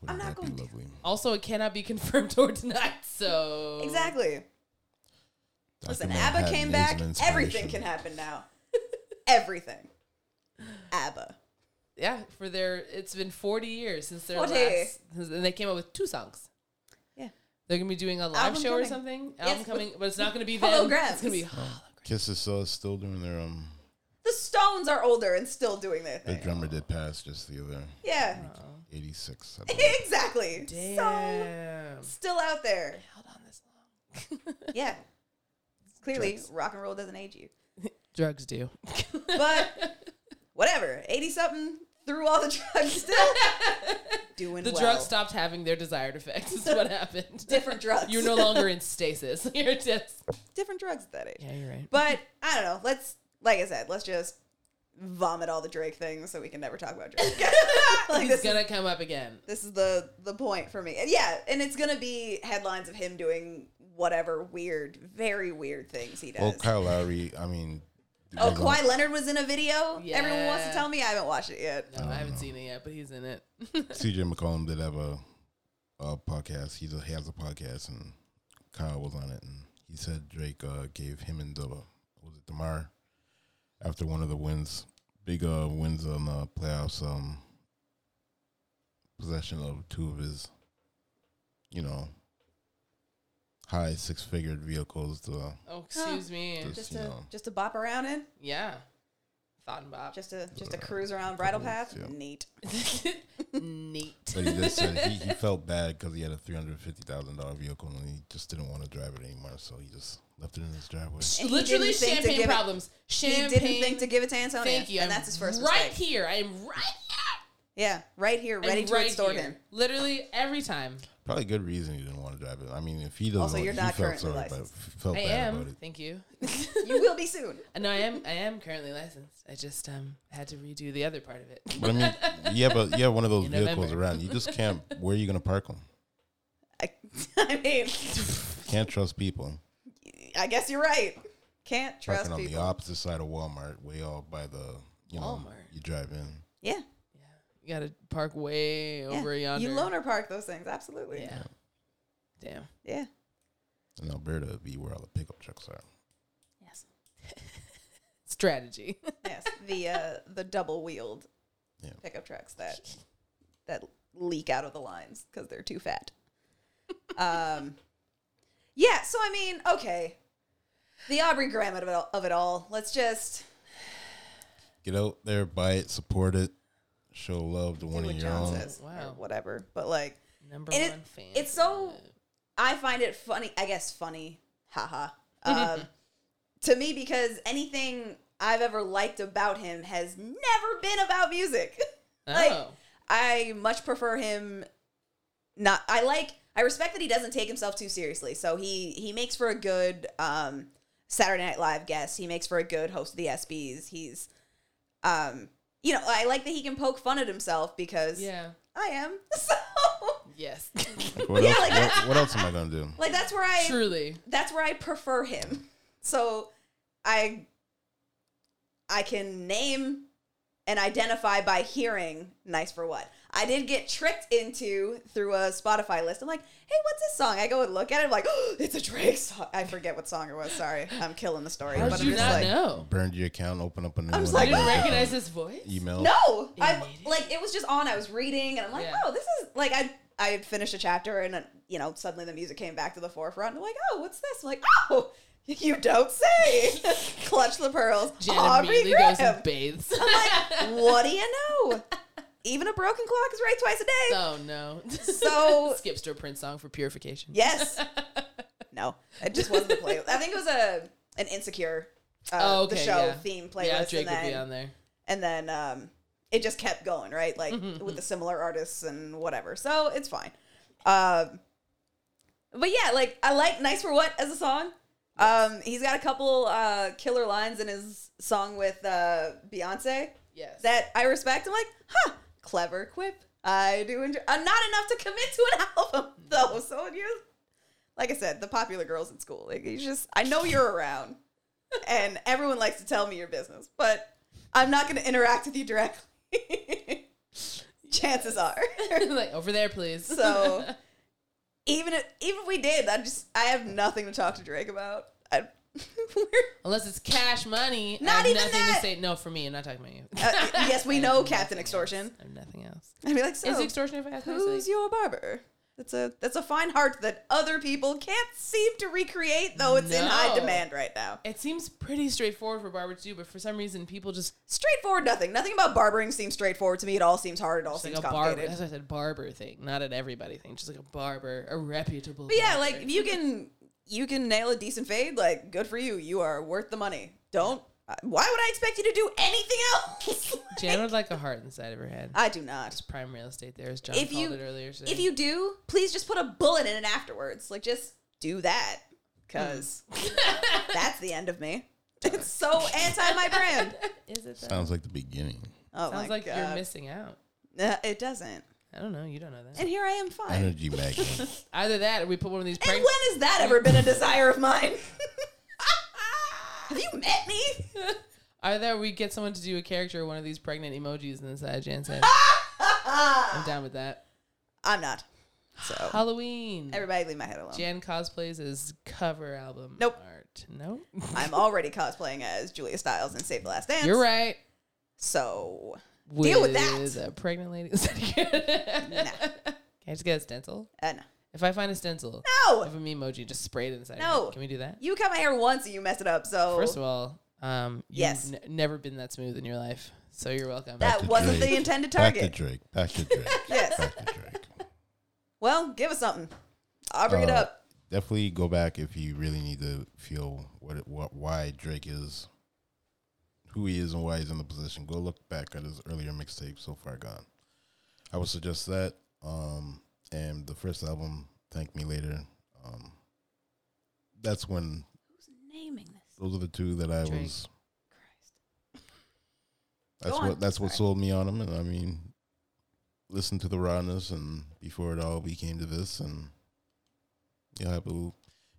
Speaker 11: wouldn't that be lovely?
Speaker 10: Also, it cannot be confirmed or denied. So
Speaker 9: Exactly.
Speaker 11: Dr.
Speaker 9: Listen,
Speaker 11: Manhattan
Speaker 9: ABBA came
Speaker 11: is
Speaker 9: back.
Speaker 11: an
Speaker 9: Everything
Speaker 11: inspiration.
Speaker 9: can happen now. Everything. ABBA.
Speaker 10: Yeah, for their it's been 40 years since their
Speaker 9: 40.
Speaker 10: last, since- and they came out with two songs.
Speaker 9: Yeah.
Speaker 10: They're gonna be doing a live
Speaker 9: Album
Speaker 10: show or
Speaker 9: coming.
Speaker 10: something.
Speaker 9: Yes,
Speaker 10: Album
Speaker 9: with
Speaker 10: coming, but it's not gonna be them.
Speaker 9: holograms.
Speaker 10: It's gonna be
Speaker 11: Kiss is uh, still doing their um.
Speaker 9: The Stones are older and still doing their
Speaker 11: The
Speaker 9: thing.
Speaker 11: drummer did pass just the other.
Speaker 9: Yeah.
Speaker 11: Eighty six.
Speaker 9: exactly.
Speaker 10: oh,
Speaker 9: So
Speaker 10: damn.
Speaker 9: still out there.
Speaker 10: Held on this long.
Speaker 9: Yeah. Clearly,
Speaker 10: Drugs.
Speaker 9: rock and roll doesn't age you.
Speaker 10: Drugs do.
Speaker 9: But whatever. 80 something through all the drugs still. Doing
Speaker 10: The
Speaker 9: well.
Speaker 10: drugs stopped having their desired effects. Is what happened.
Speaker 9: Different drugs.
Speaker 10: You're no longer in stasis. You're just.
Speaker 9: Different drugs at that age.
Speaker 10: Yeah, you're right.
Speaker 9: But I don't know. Let's, like I said, let's just vomit all the Drake things so we can never talk about Drake. like
Speaker 10: He's
Speaker 9: this,
Speaker 10: gonna come up again.
Speaker 9: this is the the point for me. And yeah, and it's gonna be headlines of him doing whatever weird, very weird things he
Speaker 11: Well,
Speaker 9: does.
Speaker 11: Kyle Lowry. I mean.
Speaker 9: Oh,
Speaker 11: was on-
Speaker 9: Kawhi Leonard was in a video. Everyone wants to
Speaker 10: Yeah.
Speaker 9: tell
Speaker 10: Oh.
Speaker 9: me I haven't watched it yet.
Speaker 10: No, I haven't seen it yet, but he's in it.
Speaker 11: CJ McCollum did have a uh, podcast. He's a, he has a podcast, and Kyle was on it, and he said Drake uh, gave him and the was it Demar after one of the wins, big uh, wins on the playoffs, um, possession of two of his, you know, high six figured vehicles. The
Speaker 10: Oh, excuse me.
Speaker 9: Just, to just to bop around in.
Speaker 10: Yeah. Thought and bop.
Speaker 9: Just a just a cruise around bridle path. Neat.
Speaker 10: Neat.
Speaker 11: But he just said he, he felt bad because he had a three hundred fifty thousand dollar vehicle and he just didn't want to drive it anymore, so he just left it in his driveway.
Speaker 10: And he Literally didn't think to champagne give it- problems.
Speaker 9: He didn't
Speaker 10: Champagne-
Speaker 9: think to give it to Antonio.
Speaker 10: Thank you.
Speaker 9: And
Speaker 10: I'm
Speaker 9: that's his first
Speaker 10: Right
Speaker 9: mistake.
Speaker 10: here. I am right
Speaker 9: Yeah, right here,
Speaker 10: I'm
Speaker 9: ready to
Speaker 10: right
Speaker 9: extort
Speaker 10: here.
Speaker 9: him.
Speaker 10: Literally every time.
Speaker 11: Probably good reason he didn't want to drive it. I mean, if he doesn't,
Speaker 9: Also,
Speaker 11: want-
Speaker 9: you're
Speaker 11: he
Speaker 9: not
Speaker 11: felt
Speaker 9: currently
Speaker 11: sorry, but
Speaker 9: licensed.
Speaker 11: f- felt
Speaker 10: I
Speaker 11: bad about
Speaker 10: am.
Speaker 11: it.
Speaker 10: Thank you.
Speaker 9: you will be soon.
Speaker 10: Uh, No, I am. I am currently licensed. I just um had to redo the other part of it.
Speaker 11: But I mean, yeah, but yeah, one of those
Speaker 10: In
Speaker 11: vehicles
Speaker 10: November.
Speaker 11: around. You just can't. Where are you going to park them?
Speaker 9: I mean,
Speaker 11: Can't trust people.
Speaker 9: I guess you're right. Can't trust
Speaker 11: Parking on
Speaker 9: people.
Speaker 11: the opposite side of Walmart, way off by the you know
Speaker 9: Walmart.
Speaker 11: you drive in.
Speaker 9: Yeah.
Speaker 10: You got to park way over
Speaker 9: yeah.
Speaker 10: yonder.
Speaker 9: You loaner park those things, absolutely.
Speaker 10: Yeah. Damn.
Speaker 9: Yeah.
Speaker 11: In Alberta, it'd be where all the pickup trucks are.
Speaker 9: Yes.
Speaker 10: Strategy.
Speaker 9: yes. The uh the double wheeled pickup trucks that that leak out of the lines because they're too fat. Um Yeah, so I mean, okay. The Aubrey Graham of it all, of it all. Let's just
Speaker 11: Get out there, buy it, support it, show love to one
Speaker 9: what
Speaker 11: of your
Speaker 9: John
Speaker 11: own.
Speaker 9: says, or whatever. But like
Speaker 10: number
Speaker 9: and it-
Speaker 10: one fan.
Speaker 9: It's so I find it funny. I guess funny, haha. Um, to me, because anything I've ever liked about him has never been about music. like
Speaker 10: Oh.
Speaker 9: I much prefer him. Not I like I respect that he doesn't take himself too seriously. So he he makes for a good um, Saturday Night Live guest. He makes for a good host of the ESPYS. He's um you know I like that he can poke fun at himself because
Speaker 10: yeah
Speaker 9: I am so
Speaker 10: yes
Speaker 11: Like, what,
Speaker 9: Yeah,
Speaker 11: else,
Speaker 9: like-
Speaker 11: what, what else am I going to do?
Speaker 9: like that's where I
Speaker 10: truly
Speaker 9: that's where I prefer him. So I I can name and identify by hearing nice for what. I did get tricked into through a Spotify list. I'm like, hey, what's this song? I go and look at it. I'm like, it's a Drake song. I forget what song it was. Sorry, I'm killing the story.
Speaker 11: How'd
Speaker 9: but
Speaker 11: you
Speaker 9: I'm just
Speaker 10: not
Speaker 9: like,
Speaker 10: know?
Speaker 11: Burned your account, open up a new
Speaker 9: I
Speaker 11: one.
Speaker 9: was like,
Speaker 10: I didn't recognize his voice.
Speaker 11: Email.
Speaker 9: No, I like it was just on. I was reading, and I'm like, oh, this is like I I had finished a chapter, and uh, you know suddenly the music came back to the forefront. And I'm like, oh, what's this? I'm like, oh, you don't say. Clutch the pearls.
Speaker 10: Jen
Speaker 9: Aubrey
Speaker 10: immediately
Speaker 9: Graham.
Speaker 10: goes and bathes.
Speaker 9: I'm like, what do you know? Even a broken clock is right twice a day.
Speaker 10: oh no!
Speaker 9: So-
Speaker 10: skips to a Prince song for purification.
Speaker 9: Yes. no, it just wasn't the playlist. I think it was a an insecure. Uh,
Speaker 10: oh,
Speaker 9: the
Speaker 10: okay,
Speaker 9: show
Speaker 10: yeah.
Speaker 9: theme playlist.
Speaker 10: Yeah, Drake
Speaker 9: and then,
Speaker 10: would be on there.
Speaker 9: and then um, it just kept going, right? Like with the similar artists and whatever. So it's fine. Um, but yeah, like I like "Nice for What" as a song. Um, he's got a couple uh, killer lines in his song with uh, Beyonce.
Speaker 10: Yes.
Speaker 9: that I respect. I'm like, huh, clever quip. I do enjoy. I'm not enough to commit to an album though. So you, like I said, the popular girls at school. Like you just, I know you're around, and everyone likes to tell me your business, but I'm not going to interact with you directly. Chances are.
Speaker 10: like over there, please.
Speaker 9: So even if, even if we did, I just I have nothing to talk to Drake about. I,
Speaker 10: unless it's cash money, I
Speaker 9: Not
Speaker 10: have
Speaker 9: even
Speaker 10: nothing
Speaker 9: that.
Speaker 10: to say. No, for me, I'm not talking about you.
Speaker 9: uh, yes, we know Captain Extortion.
Speaker 10: I have nothing else.
Speaker 9: I'd be like, so
Speaker 10: Is it extortion if I ask myself?
Speaker 9: who's your barber? That's a that's a fine heart that other people can't seem to recreate, though it's in high
Speaker 10: No.
Speaker 9: demand right now.
Speaker 10: It seems pretty straightforward for Barbara to do, but for some reason, people just
Speaker 9: Straightforward, nothing. Nothing about barbering seems straightforward to me. It all seems hard. It all
Speaker 10: It's like
Speaker 9: seems
Speaker 10: a barber.
Speaker 9: complicated.
Speaker 10: That's why I said barber thing, not an everybody thing. Just like a barber, a reputable.
Speaker 9: But yeah,
Speaker 10: barber.
Speaker 9: like if you can you can nail a decent fade, like good for you. You are worth the money. Don't. uh, Why would I expect you to do anything else?
Speaker 10: Jan would like a heart inside of her head.
Speaker 9: I do not.
Speaker 10: It's prime real estate. There, as John
Speaker 9: if
Speaker 10: called
Speaker 9: you
Speaker 10: it earlier today.
Speaker 9: if you do, please just put a bullet in it afterwards. Like just do that, because
Speaker 10: Mm.
Speaker 9: that's the end of me. It's so anti my brand.
Speaker 10: Is it?
Speaker 11: Sounds like the beginning.
Speaker 9: Oh
Speaker 10: Sounds
Speaker 9: my
Speaker 10: like
Speaker 9: God.
Speaker 10: you're missing out.
Speaker 9: Uh, it doesn't.
Speaker 10: I don't know. You don't know that.
Speaker 9: And here I am, fine.
Speaker 11: Energy magnet.
Speaker 10: Either that, or we put one of these.
Speaker 9: And when has that ever been a desire of mine? Have you met me?
Speaker 10: Either we get someone to do a character, one of these pregnant emojis, and then side Jan said, "I'm down with that."
Speaker 9: I'm not. So
Speaker 10: Halloween.
Speaker 9: Everybody leave my head alone.
Speaker 10: Jan cosplays as cover album
Speaker 9: Nope.
Speaker 10: art. Nope.
Speaker 9: I'm already cosplaying as Julia Stiles in Save the Last Dance.
Speaker 10: You're right.
Speaker 9: So deal with that.
Speaker 10: a pregnant lady. Can I just get a stencil?
Speaker 9: Uh, no.
Speaker 10: If I find a stencil
Speaker 9: No.
Speaker 10: of a emoji, just spray it inside. of
Speaker 9: No.
Speaker 10: it. Can we do that?
Speaker 9: You cut my hair once and you mess it up. So
Speaker 10: First of all, um, you've
Speaker 9: Yes.
Speaker 10: n- never been that smooth in your life, so you're welcome.
Speaker 9: That Back to wasn't the Drake. intended target.
Speaker 11: Back to Drake. Back to Drake.
Speaker 9: yes. Well, give us something. I'll bring it
Speaker 11: Uh,
Speaker 9: up.
Speaker 11: Definitely go back if you really need to feel what, it- what why Drake is who he is and why he's in the position. Go look back at his earlier mixtape, So Far Gone. I would suggest that. Um, and the first album, Thank Me Later. Um, that's when. Who's naming this? Those are the two that I
Speaker 10: Drake.
Speaker 11: was. That's
Speaker 9: Go on.
Speaker 11: what that's what sold me on him, and I mean, listen to the rawness, and before it all became to this, and you'll have a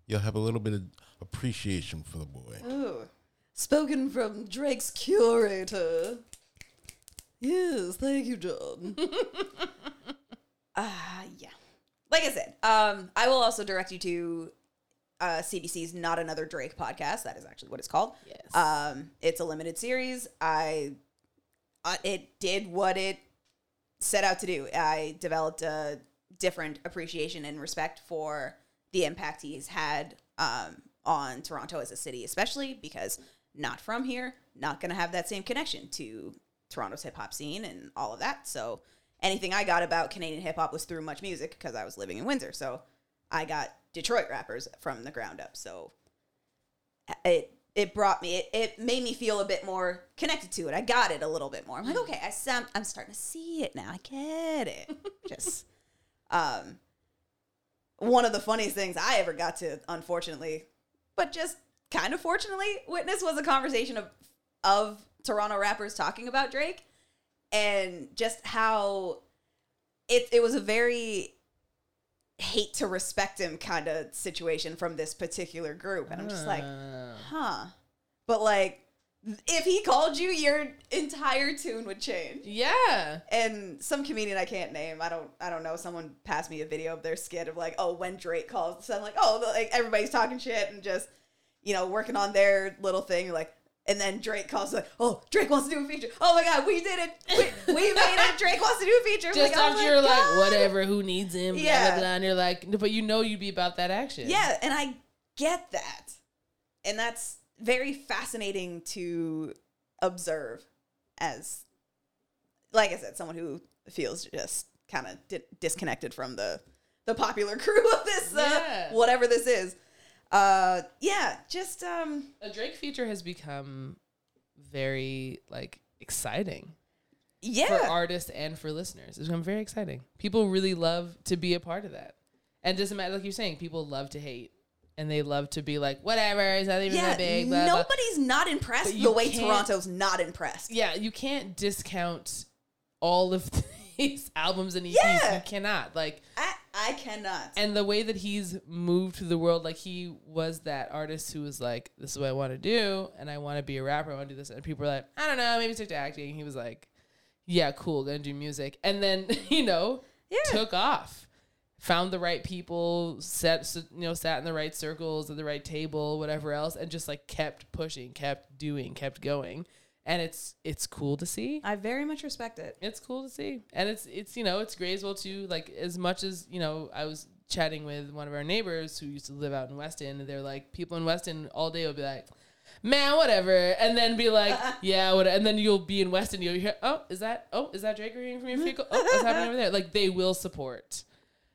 Speaker 11: you'll have a little bit of appreciation for the boy.
Speaker 9: Ooh. Spoken from Drake's curator. Yes, thank you, John. Ah, yeah. Like I said, um, I will also direct you to uh, CDC's Not Another Drake podcast. That is actually what it's called.
Speaker 10: Yes.
Speaker 9: Um, it's a limited series. I, uh, it did what it set out to do. I developed a different appreciation and respect for the impact he's had um, on Toronto as a city, especially because not from here, not going to have that same connection to Toronto's hip hop scene and all of that. So anything I got about Canadian hip hop was through much music because I was living in Windsor. So I got Detroit rappers from the ground up. So it it brought me it, it made me feel a bit more connected to it. I got it a little bit more. I'm like, okay, I sound I'm starting to see it now. I get it. Just um one of the funniest things I ever got to, unfortunately, but just kind of fortunately, witness was a conversation of of Toronto rappers talking about Drake and just how it it was a very hate to respect him kind of situation from this particular group and I'm just like
Speaker 10: Um,
Speaker 9: huh but like if he called you your entire tune would change
Speaker 10: yeah
Speaker 9: and some comedian i can't name i don't i don't know someone passed me a video of their skit of like oh when drake calls so i'm like oh like everybody's talking shit and just you know working on their little thing like and then drake calls like oh drake wants to do a feature oh my god we did it we, we made it drake wants to do a feature I'm
Speaker 10: Just
Speaker 9: like, "Oh
Speaker 10: after
Speaker 9: my
Speaker 10: you're
Speaker 9: God."
Speaker 10: like, whatever, who needs him? Blah,
Speaker 9: Yeah.
Speaker 10: blah, blah. And you're like, but you know you'd be about that action.
Speaker 9: Yeah, and I get that. And that's very fascinating to observe as like I said, someone who feels just kind of di- disconnected from the the popular crew of this uh,
Speaker 10: Yeah.
Speaker 9: whatever this is. Uh yeah, just um
Speaker 10: A Drake feature has become very like exciting.
Speaker 9: Yeah.
Speaker 10: For artists and for listeners. It's become very exciting. People really love to be a part of that. And it doesn't matter like you're saying, people love to hate. And they love to be like, whatever, it's not even
Speaker 9: yeah,
Speaker 10: that big. Blah, blah.
Speaker 9: nobody's not impressed
Speaker 10: But
Speaker 9: the
Speaker 10: you
Speaker 9: way
Speaker 10: can't-
Speaker 9: Toronto's not impressed.
Speaker 10: Yeah, you can't discount all of these albums and EPs.
Speaker 9: Yeah.
Speaker 10: You cannot. Like
Speaker 9: I, I cannot.
Speaker 10: And the way that he's moved through the world, like he was that artist who was like, "This is what I want to do, and I want to be a rapper. I want to do this." And people were like, "I don't know, maybe stick to acting." He was like, "Yeah, cool, gonna do music," and then you know, took off, found the right people, set you know, sat in the right circles at the right table, whatever else, and just like kept pushing, kept doing, kept going, and it's it's cool to see.
Speaker 9: I very much respect it.
Speaker 10: It's cool to see. And it's it's you know, it's great as well too, like as much as, you know, I was chatting with one of our neighbors who used to live out in Weston and they're like people in Weston all day will be like, Man, whatever and then be like, Yeah, what and then you'll be in Weston, you'll hear, Oh, is that oh, is that Drake reading from your vehicle? Oh, what's happening over there? Like they will support.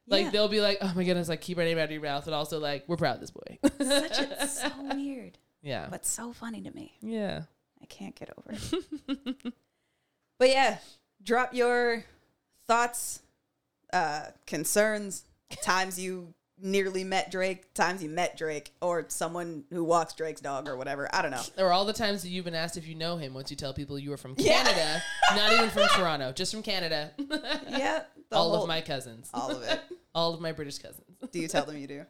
Speaker 10: Like
Speaker 9: Yeah.
Speaker 10: they'll be like, Oh my goodness, like keep our name out of your mouth and also like, We're proud of this boy.
Speaker 9: Such a, so weird.
Speaker 10: Yeah.
Speaker 9: But so funny to me.
Speaker 10: Yeah.
Speaker 9: I can't get over it. but yeah, drop your thoughts, uh, concerns, times you nearly met Drake, times you met Drake, or someone who walks Drake's dog or whatever. I don't know.
Speaker 10: Or all the times that you've been asked if you know him once you tell people you are from Canada, not even from Toronto, just from Canada.
Speaker 9: yeah. the
Speaker 10: all
Speaker 9: whole-
Speaker 10: of my cousins.
Speaker 9: All of it.
Speaker 10: all of my British cousins.
Speaker 9: Do you tell them you do?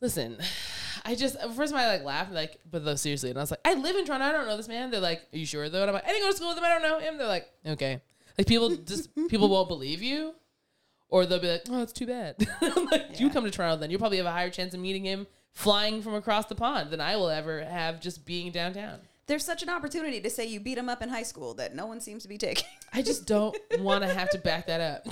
Speaker 10: Listen, I just at first I like laughed like, but though seriously, and I was like, I live in Toronto, I don't know this man. They're like, Are you sure though? And I'm like, I didn't go to school with him, I don't know him. They're like, Okay. Like people just people won't believe you. Or they'll be like, oh, that's too bad. like, You come to Toronto, then you'll probably have a higher chance of meeting him flying from across the pond than I will ever have just being downtown.
Speaker 9: There's such an opportunity to say you beat him up in high school that no one seems to be taking.
Speaker 10: I just don't want to have to back that up.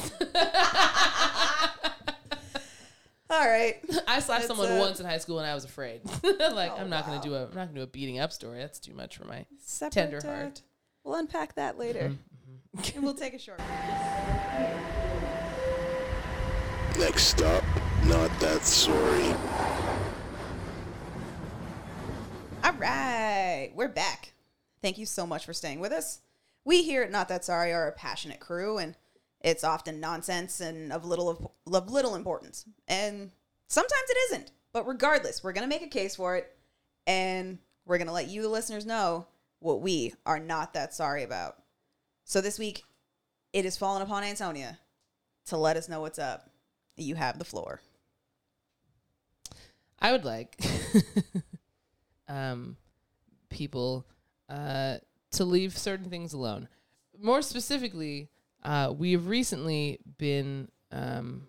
Speaker 9: All right.
Speaker 10: I slapped
Speaker 9: That's,
Speaker 10: someone
Speaker 9: uh,
Speaker 10: once in high school and I was afraid. like I'm not
Speaker 9: wow.
Speaker 10: gonna do a I'm not gonna do a beating up story. That's too much for my
Speaker 9: Separate,
Speaker 10: tender
Speaker 9: uh,
Speaker 10: heart. Mm-hmm,
Speaker 9: We'll unpack that later. and we'll take a short
Speaker 13: Next up, not that sorry.
Speaker 9: All right, we're back. Thank you so much for staying with us. We here at Not That Sorry are a passionate crew, and it's often nonsense and of little of, of little importance. And sometimes it isn't. But regardless, we're gonna make a case for it, and we're gonna let you, the listeners, know what we are not that sorry about. So this week, it is fallen upon Antonia to let us know what's up. You have the floor.
Speaker 10: I would like um, people uh, to leave certain things alone. More specifically, uh, we have recently been um,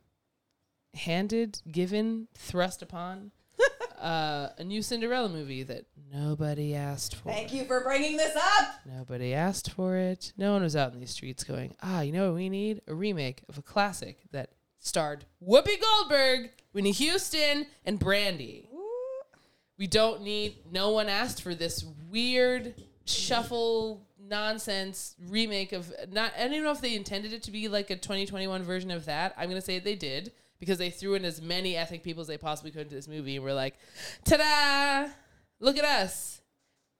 Speaker 10: handed, given, thrust upon uh, a new Cinderella movie that nobody asked for.
Speaker 9: Thank you for bringing this up.
Speaker 10: Nobody asked for it. No one was out in these streets going, ah, you know what we need? A remake of a classic that starred Whoopi Goldberg, Winnie Houston, and Brandy. We don't need, no one asked for this weird shuffle nonsense remake of, not, I don't know if they intended it to be like a 2021 version of that. I'm going to say they did because they threw in as many ethnic people as they possibly could into this movie and were like, ta da! Look at us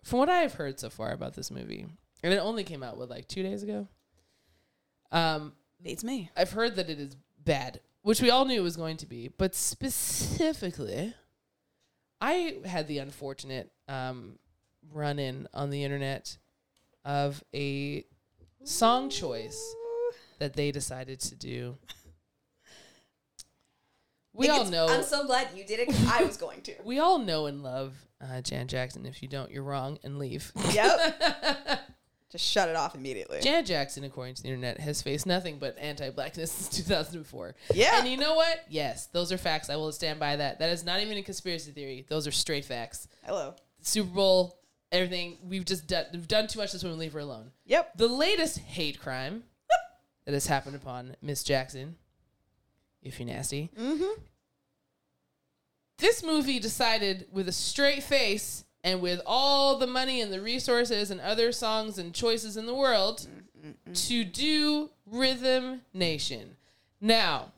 Speaker 10: from what I've heard so far about this movie, and it only came out what like two days ago. Um,
Speaker 9: Beats me.
Speaker 10: I've heard that it is bad, which we all knew it was going to be, but specifically, I had the unfortunate um, run in on the internet of a song choice that they decided to do. We
Speaker 9: It
Speaker 10: all
Speaker 9: gets-
Speaker 10: know.
Speaker 9: I'm so glad you did it. 'cause I was going to.
Speaker 10: We all know and love uh, Jan Jackson. If you don't, you're wrong and leave.
Speaker 9: Yep. Just shut it off immediately.
Speaker 10: Janet Jackson, according to the internet, has faced nothing but anti-blackness since 2004.
Speaker 9: Yeah.
Speaker 10: and you know what? Yes, those are facts. I will stand by that. That is not even a conspiracy theory. Those are straight facts.
Speaker 9: Hello.
Speaker 10: Super Bowl, everything. We've just done, we've done too much. This woman, leave her alone.
Speaker 9: Yep.
Speaker 10: The latest hate crime that has happened upon Miss Jackson, if you're nasty,
Speaker 9: Mm-hmm.
Speaker 10: this movie decided with a straight face and with all the money and the resources and other songs and choices in the world to do Rhythm Nation. Now,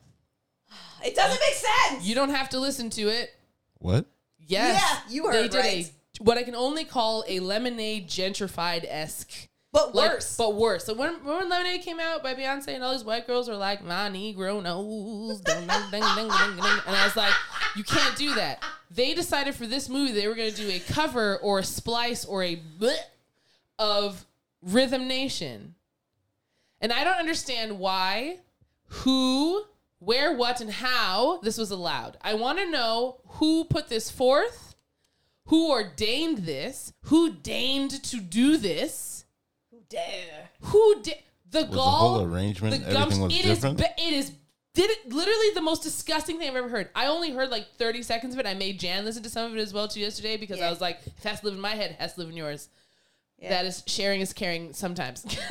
Speaker 9: it doesn't make sense.
Speaker 10: You don't have to listen to it.
Speaker 11: What?
Speaker 10: Yes.
Speaker 9: Yeah, you heard
Speaker 10: They did
Speaker 9: right.
Speaker 10: a what I can only call a lemonade gentrified esque.
Speaker 9: But
Speaker 10: worse. But worse. So when, when Lemonade came out by Beyonce and all these white girls were like, My Negro knows. Dun, dun, dun, dun, dun, dun. And I was like, You can't do that. They decided for this movie they were gonna do a cover or a splice or a bleh of Rhythm Nation. And I don't understand why, who, where, what, and how this was allowed. I want to know who put this forth, who ordained this, who deigned to do this,
Speaker 9: Dare.
Speaker 10: who did the
Speaker 11: Was the
Speaker 10: gall,
Speaker 11: whole arrangement, everything
Speaker 10: gumption-
Speaker 11: was
Speaker 10: it is
Speaker 11: different?
Speaker 10: ba- it is. Did it literally the most disgusting thing I've ever heard? I only heard like 30 seconds of it. I made Jan listen to some of it as well too yesterday because I was like, if that's live in my head, it has to live in yours.
Speaker 9: Yeah.
Speaker 10: That is sharing is caring sometimes.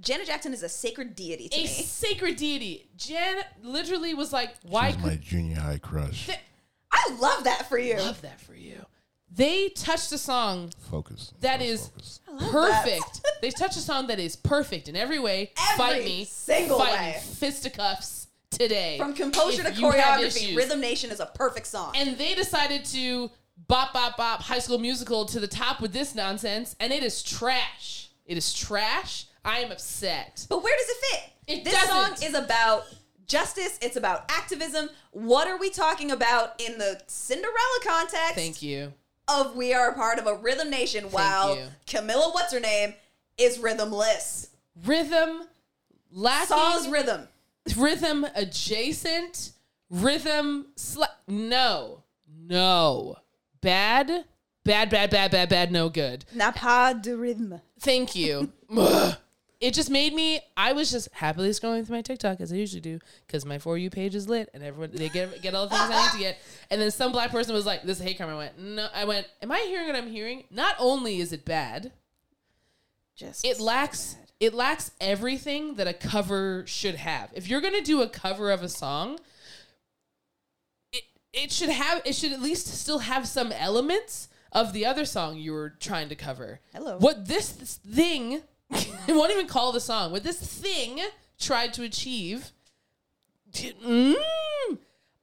Speaker 9: Janet Jackson is a sacred deity to
Speaker 10: a
Speaker 9: me.
Speaker 10: sacred deity. Jan literally was like, "Why?"
Speaker 11: My junior high crush.
Speaker 9: I love that for you.
Speaker 10: Love that for you. They touched a song
Speaker 11: Focus.
Speaker 10: that is perfect. they touched a song that is perfect in every way. Fight me,
Speaker 9: single
Speaker 10: fight
Speaker 9: way.
Speaker 10: me, fisticuffs today.
Speaker 9: From composure to
Speaker 10: if you have
Speaker 9: choreography,
Speaker 10: issues.
Speaker 9: Rhythm Nation is a perfect song.
Speaker 10: and they decided to bop bop bop High School Musical to the top with this nonsense, and it is trash. It is trash. I am upset.
Speaker 9: But where does it fit?
Speaker 10: It
Speaker 9: this
Speaker 10: doesn't.
Speaker 9: song is about justice. It's about activism. What are we talking about in the Cinderella context
Speaker 10: Thank you.
Speaker 9: of we are a part of a Rhythm Nation while
Speaker 10: you.
Speaker 9: Camilla, what's her name, is rhythmless.
Speaker 10: Rhythm, lacking.
Speaker 9: Saw's rhythm.
Speaker 10: rhythm adjacent, rhythm sla- no, no, bad, bad, bad, bad, bad, bad, no good.
Speaker 9: N'a pas de rythme.
Speaker 10: Thank you. it just made me. I was just happily scrolling through my TikTok as I usually do because my for you page is lit and everyone they get get all the things I need to get. And then some black person was like, "This is a hate crime." I went, "No." I went, "Am I hearing what I'm hearing? Not only is it bad,
Speaker 9: just
Speaker 10: it lacks." It lacks everything that a cover should have. If you're gonna do a cover of a song, it should have it should at least still have some elements of the other song you were trying to cover.
Speaker 9: Hello.
Speaker 10: What this, this thing I won't even call the song. What this thing tried to achieve. Mm,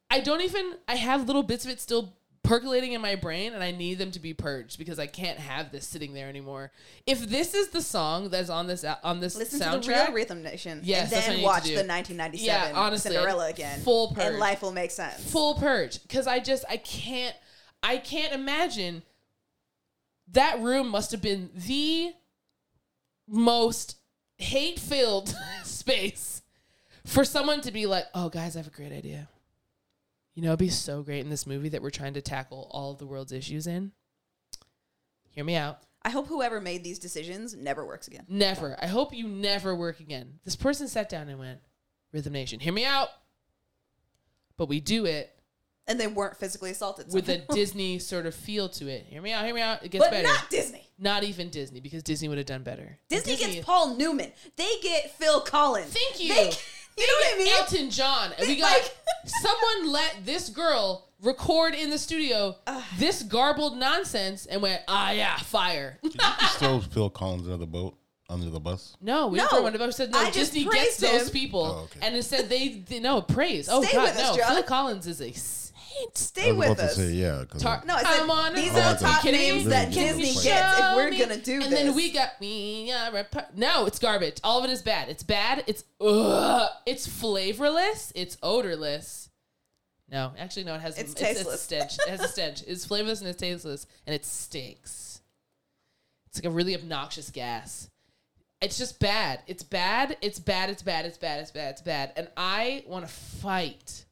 Speaker 10: I don't even I have little bits of it still percolating in my brain and I need them to be purged because I can't have this sitting there anymore. If this is the song that's on this al- on this
Speaker 9: Listen
Speaker 10: soundtrack,
Speaker 9: to the real Rhythm Nation, and
Speaker 10: Yes, that's what I need
Speaker 9: then
Speaker 10: to
Speaker 9: watch
Speaker 10: do.
Speaker 9: the 1997
Speaker 10: Yeah, honestly,
Speaker 9: Cinderella again.
Speaker 10: full purge.
Speaker 9: and life will make sense.
Speaker 10: full purge because I just I can't I can't imagine that room must have been the most hate filled space for someone to be like, oh guys, I have a great idea. You know, it'd be so great in this movie that we're trying to tackle all of the world's issues in. Hear me out.
Speaker 9: I hope whoever made these decisions never works again.
Speaker 10: Never. I hope you never work again. This person sat down and went, Rhythm Nation, hear me out. But we do it
Speaker 9: And they weren't physically assaulted.
Speaker 10: with a
Speaker 9: somehow.
Speaker 10: Disney sort of feel to it. Hear me out, hear me out. It gets
Speaker 9: But
Speaker 10: better.
Speaker 9: not Disney.
Speaker 10: Not even Disney, because Disney would have done better.
Speaker 9: Disney, gets Paul Newman. They get Phil Collins.
Speaker 10: Thank you.
Speaker 9: They get- you know what I mean?
Speaker 10: Elton John. And we got someone let this girl record in the studio this garbled nonsense and went, ah, yeah, fire.
Speaker 11: Throw Phil Collins under the boat, under the bus.
Speaker 10: No, we
Speaker 9: No.
Speaker 10: don't want to said no.
Speaker 9: I just
Speaker 10: Disney gets
Speaker 9: praised
Speaker 10: those
Speaker 9: him.
Speaker 10: people,
Speaker 11: Oh,
Speaker 10: and instead they, they no praise. Oh
Speaker 9: Stay
Speaker 10: God,
Speaker 9: with us,
Speaker 10: no!
Speaker 9: John.
Speaker 10: Phil Collins is a saint.
Speaker 9: Stay
Speaker 11: I was
Speaker 9: with
Speaker 11: about
Speaker 9: us.
Speaker 11: to say yeah. 'cause
Speaker 10: Tar-
Speaker 9: No, I said,
Speaker 10: I'm on a
Speaker 9: these
Speaker 11: are the
Speaker 10: roll.
Speaker 11: top
Speaker 10: Kidding
Speaker 9: names
Speaker 10: me?
Speaker 9: that
Speaker 10: Can
Speaker 9: Disney
Speaker 10: you
Speaker 9: gets
Speaker 10: show
Speaker 9: if we're
Speaker 10: me?
Speaker 9: gonna do
Speaker 10: And then
Speaker 9: this.
Speaker 10: we got me. a rep- No, it's garbage. All of it is bad. It's bad. It's ugh. It's flavorless. It's odorless. No, actually, no. It has
Speaker 9: It's
Speaker 10: a
Speaker 9: tasteless.
Speaker 10: stench. It has a stench. It's flavorless and it's tasteless, and it stinks. It's like a really obnoxious gas. It's just bad. It's bad. It's bad. It's bad. It's bad. It's bad. It's bad. And I want to fight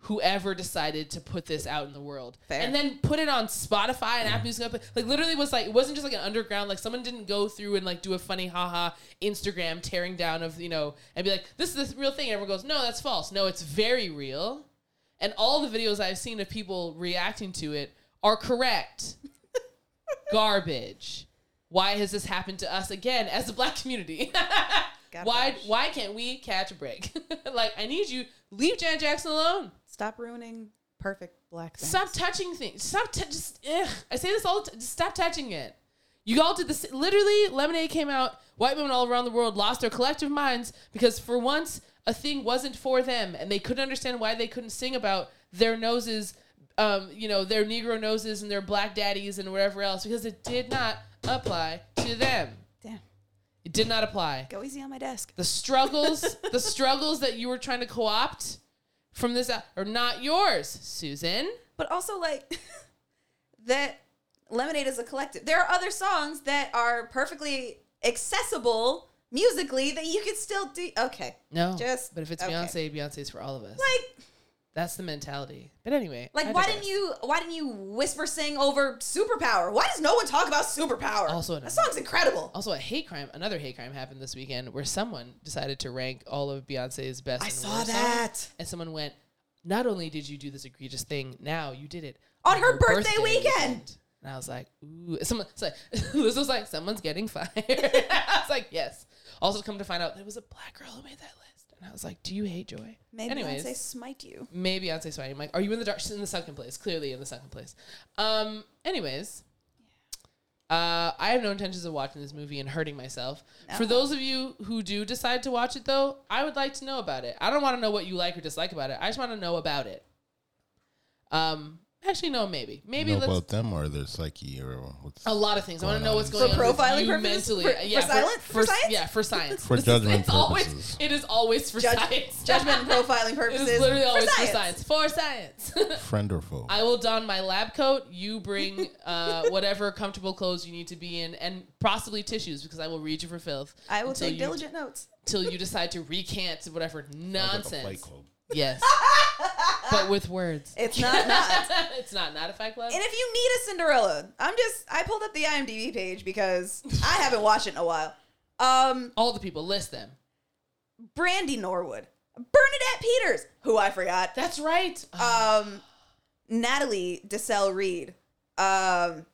Speaker 10: whoever decided to put this out in the world
Speaker 9: Fair.
Speaker 10: and then put it on spotify and app music like, like literally was like it wasn't just like an underground like someone didn't go through and like do a funny haha instagram tearing down of you know and be like this is the real thing and everyone goes no that's false no it's very real and all the videos i've seen of people reacting to it are correct garbage why has this happened to us again as a black community why why can't we catch a break like i need you leave janet jackson alone
Speaker 9: Stop ruining perfect black. things.
Speaker 10: Stop touching things. Stop t- just. Ugh. I say this all. the t- just stop touching it. You all did this. Literally, lemonade came out. White women all around the world lost their collective minds because for once a thing wasn't for them, and they couldn't understand why they couldn't sing about their noses. Um, you know, their Negro noses and their black daddies and whatever else because it did not apply to them.
Speaker 9: Damn.
Speaker 10: It did not apply.
Speaker 9: Go easy on my desk.
Speaker 10: The struggles, the struggles that you were trying to co-opt from this al- are not yours, Susan.
Speaker 9: But also like that Lemonade is a collective. There are other songs that are perfectly accessible musically that you could still do. Okay.
Speaker 10: No.
Speaker 9: Just
Speaker 10: but if it's
Speaker 9: okay.
Speaker 10: Beyonce, Beyonce's for all of us.
Speaker 9: Like
Speaker 10: That's the mentality. But anyway,
Speaker 9: like
Speaker 10: I
Speaker 9: why
Speaker 10: digress.
Speaker 9: didn't you why didn't you whisper sing over Superpower? Why does no one talk about Superpower?
Speaker 10: Also,
Speaker 9: that song's incredible.
Speaker 10: Also, a hate crime. Another hate crime happened this weekend where someone decided to rank all of Beyonce's best. I
Speaker 9: saw that.
Speaker 10: and someone went, "Not only did you do this egregious thing, now you did it
Speaker 9: On her birthday weekend.
Speaker 10: And I was like, "Ooh!" Someone, it's like, this was like, "Someone's getting fired." I was like, "Yes." Also, come to find out, there was a black girl who made that list, and I was like, "Do you hate Joy?"
Speaker 9: Maybe
Speaker 10: Anyways.
Speaker 9: Beyonce smite you.
Speaker 10: Maybe Beyonce Swine. I'm like, are you in the dark? She's in the second place. Clearly in the second place. Um, anyways. Uh, I have no intentions of watching this movie and hurting myself. For those of you who do decide to watch it, though, I would like to know about it. I don't want to know what you like or dislike about it. I just want to know about it. Um, actually, no, maybe, maybe
Speaker 11: know
Speaker 10: let's Oh.
Speaker 11: about them or their psyche or what's
Speaker 10: a lot of things. I want
Speaker 11: going
Speaker 10: to know
Speaker 11: on
Speaker 10: what's
Speaker 11: in-
Speaker 10: going
Speaker 9: For
Speaker 10: on with
Speaker 9: profiling
Speaker 10: you
Speaker 9: purposes?
Speaker 10: mentally. Uh,
Speaker 9: For-
Speaker 10: yeah,
Speaker 9: for silence? For science?
Speaker 10: Yeah, for science.
Speaker 11: For
Speaker 10: This is-
Speaker 11: judgment
Speaker 10: it's always,
Speaker 11: purposes.
Speaker 10: it is always for
Speaker 9: Judge-
Speaker 10: science.
Speaker 9: judgment and profiling
Speaker 10: It
Speaker 9: purposes,
Speaker 10: is literally
Speaker 9: for
Speaker 10: always for
Speaker 9: science.
Speaker 10: science. For science.
Speaker 11: friend or foe.
Speaker 10: I will don my lab coat. You bring uh, whatever comfortable clothes you need to be in, and possibly tissues because I will read you for filth.
Speaker 9: I will
Speaker 10: until
Speaker 9: take
Speaker 10: you-
Speaker 9: diligent notes.
Speaker 10: till you decide to recant whatever nonsense.
Speaker 11: Fight Club.
Speaker 10: yes, but with words.
Speaker 9: It's not not.
Speaker 10: it's not not a fight club.
Speaker 9: And if you need a Cinderella, I'm just I pulled up the IMDb page because I haven't watched it in a while. Um,
Speaker 10: all the people list them.
Speaker 9: Brandy Norwood, Bernadette Peters, who I forgot.
Speaker 10: That's right.
Speaker 9: Um, Natalie DeSalle Reed, um,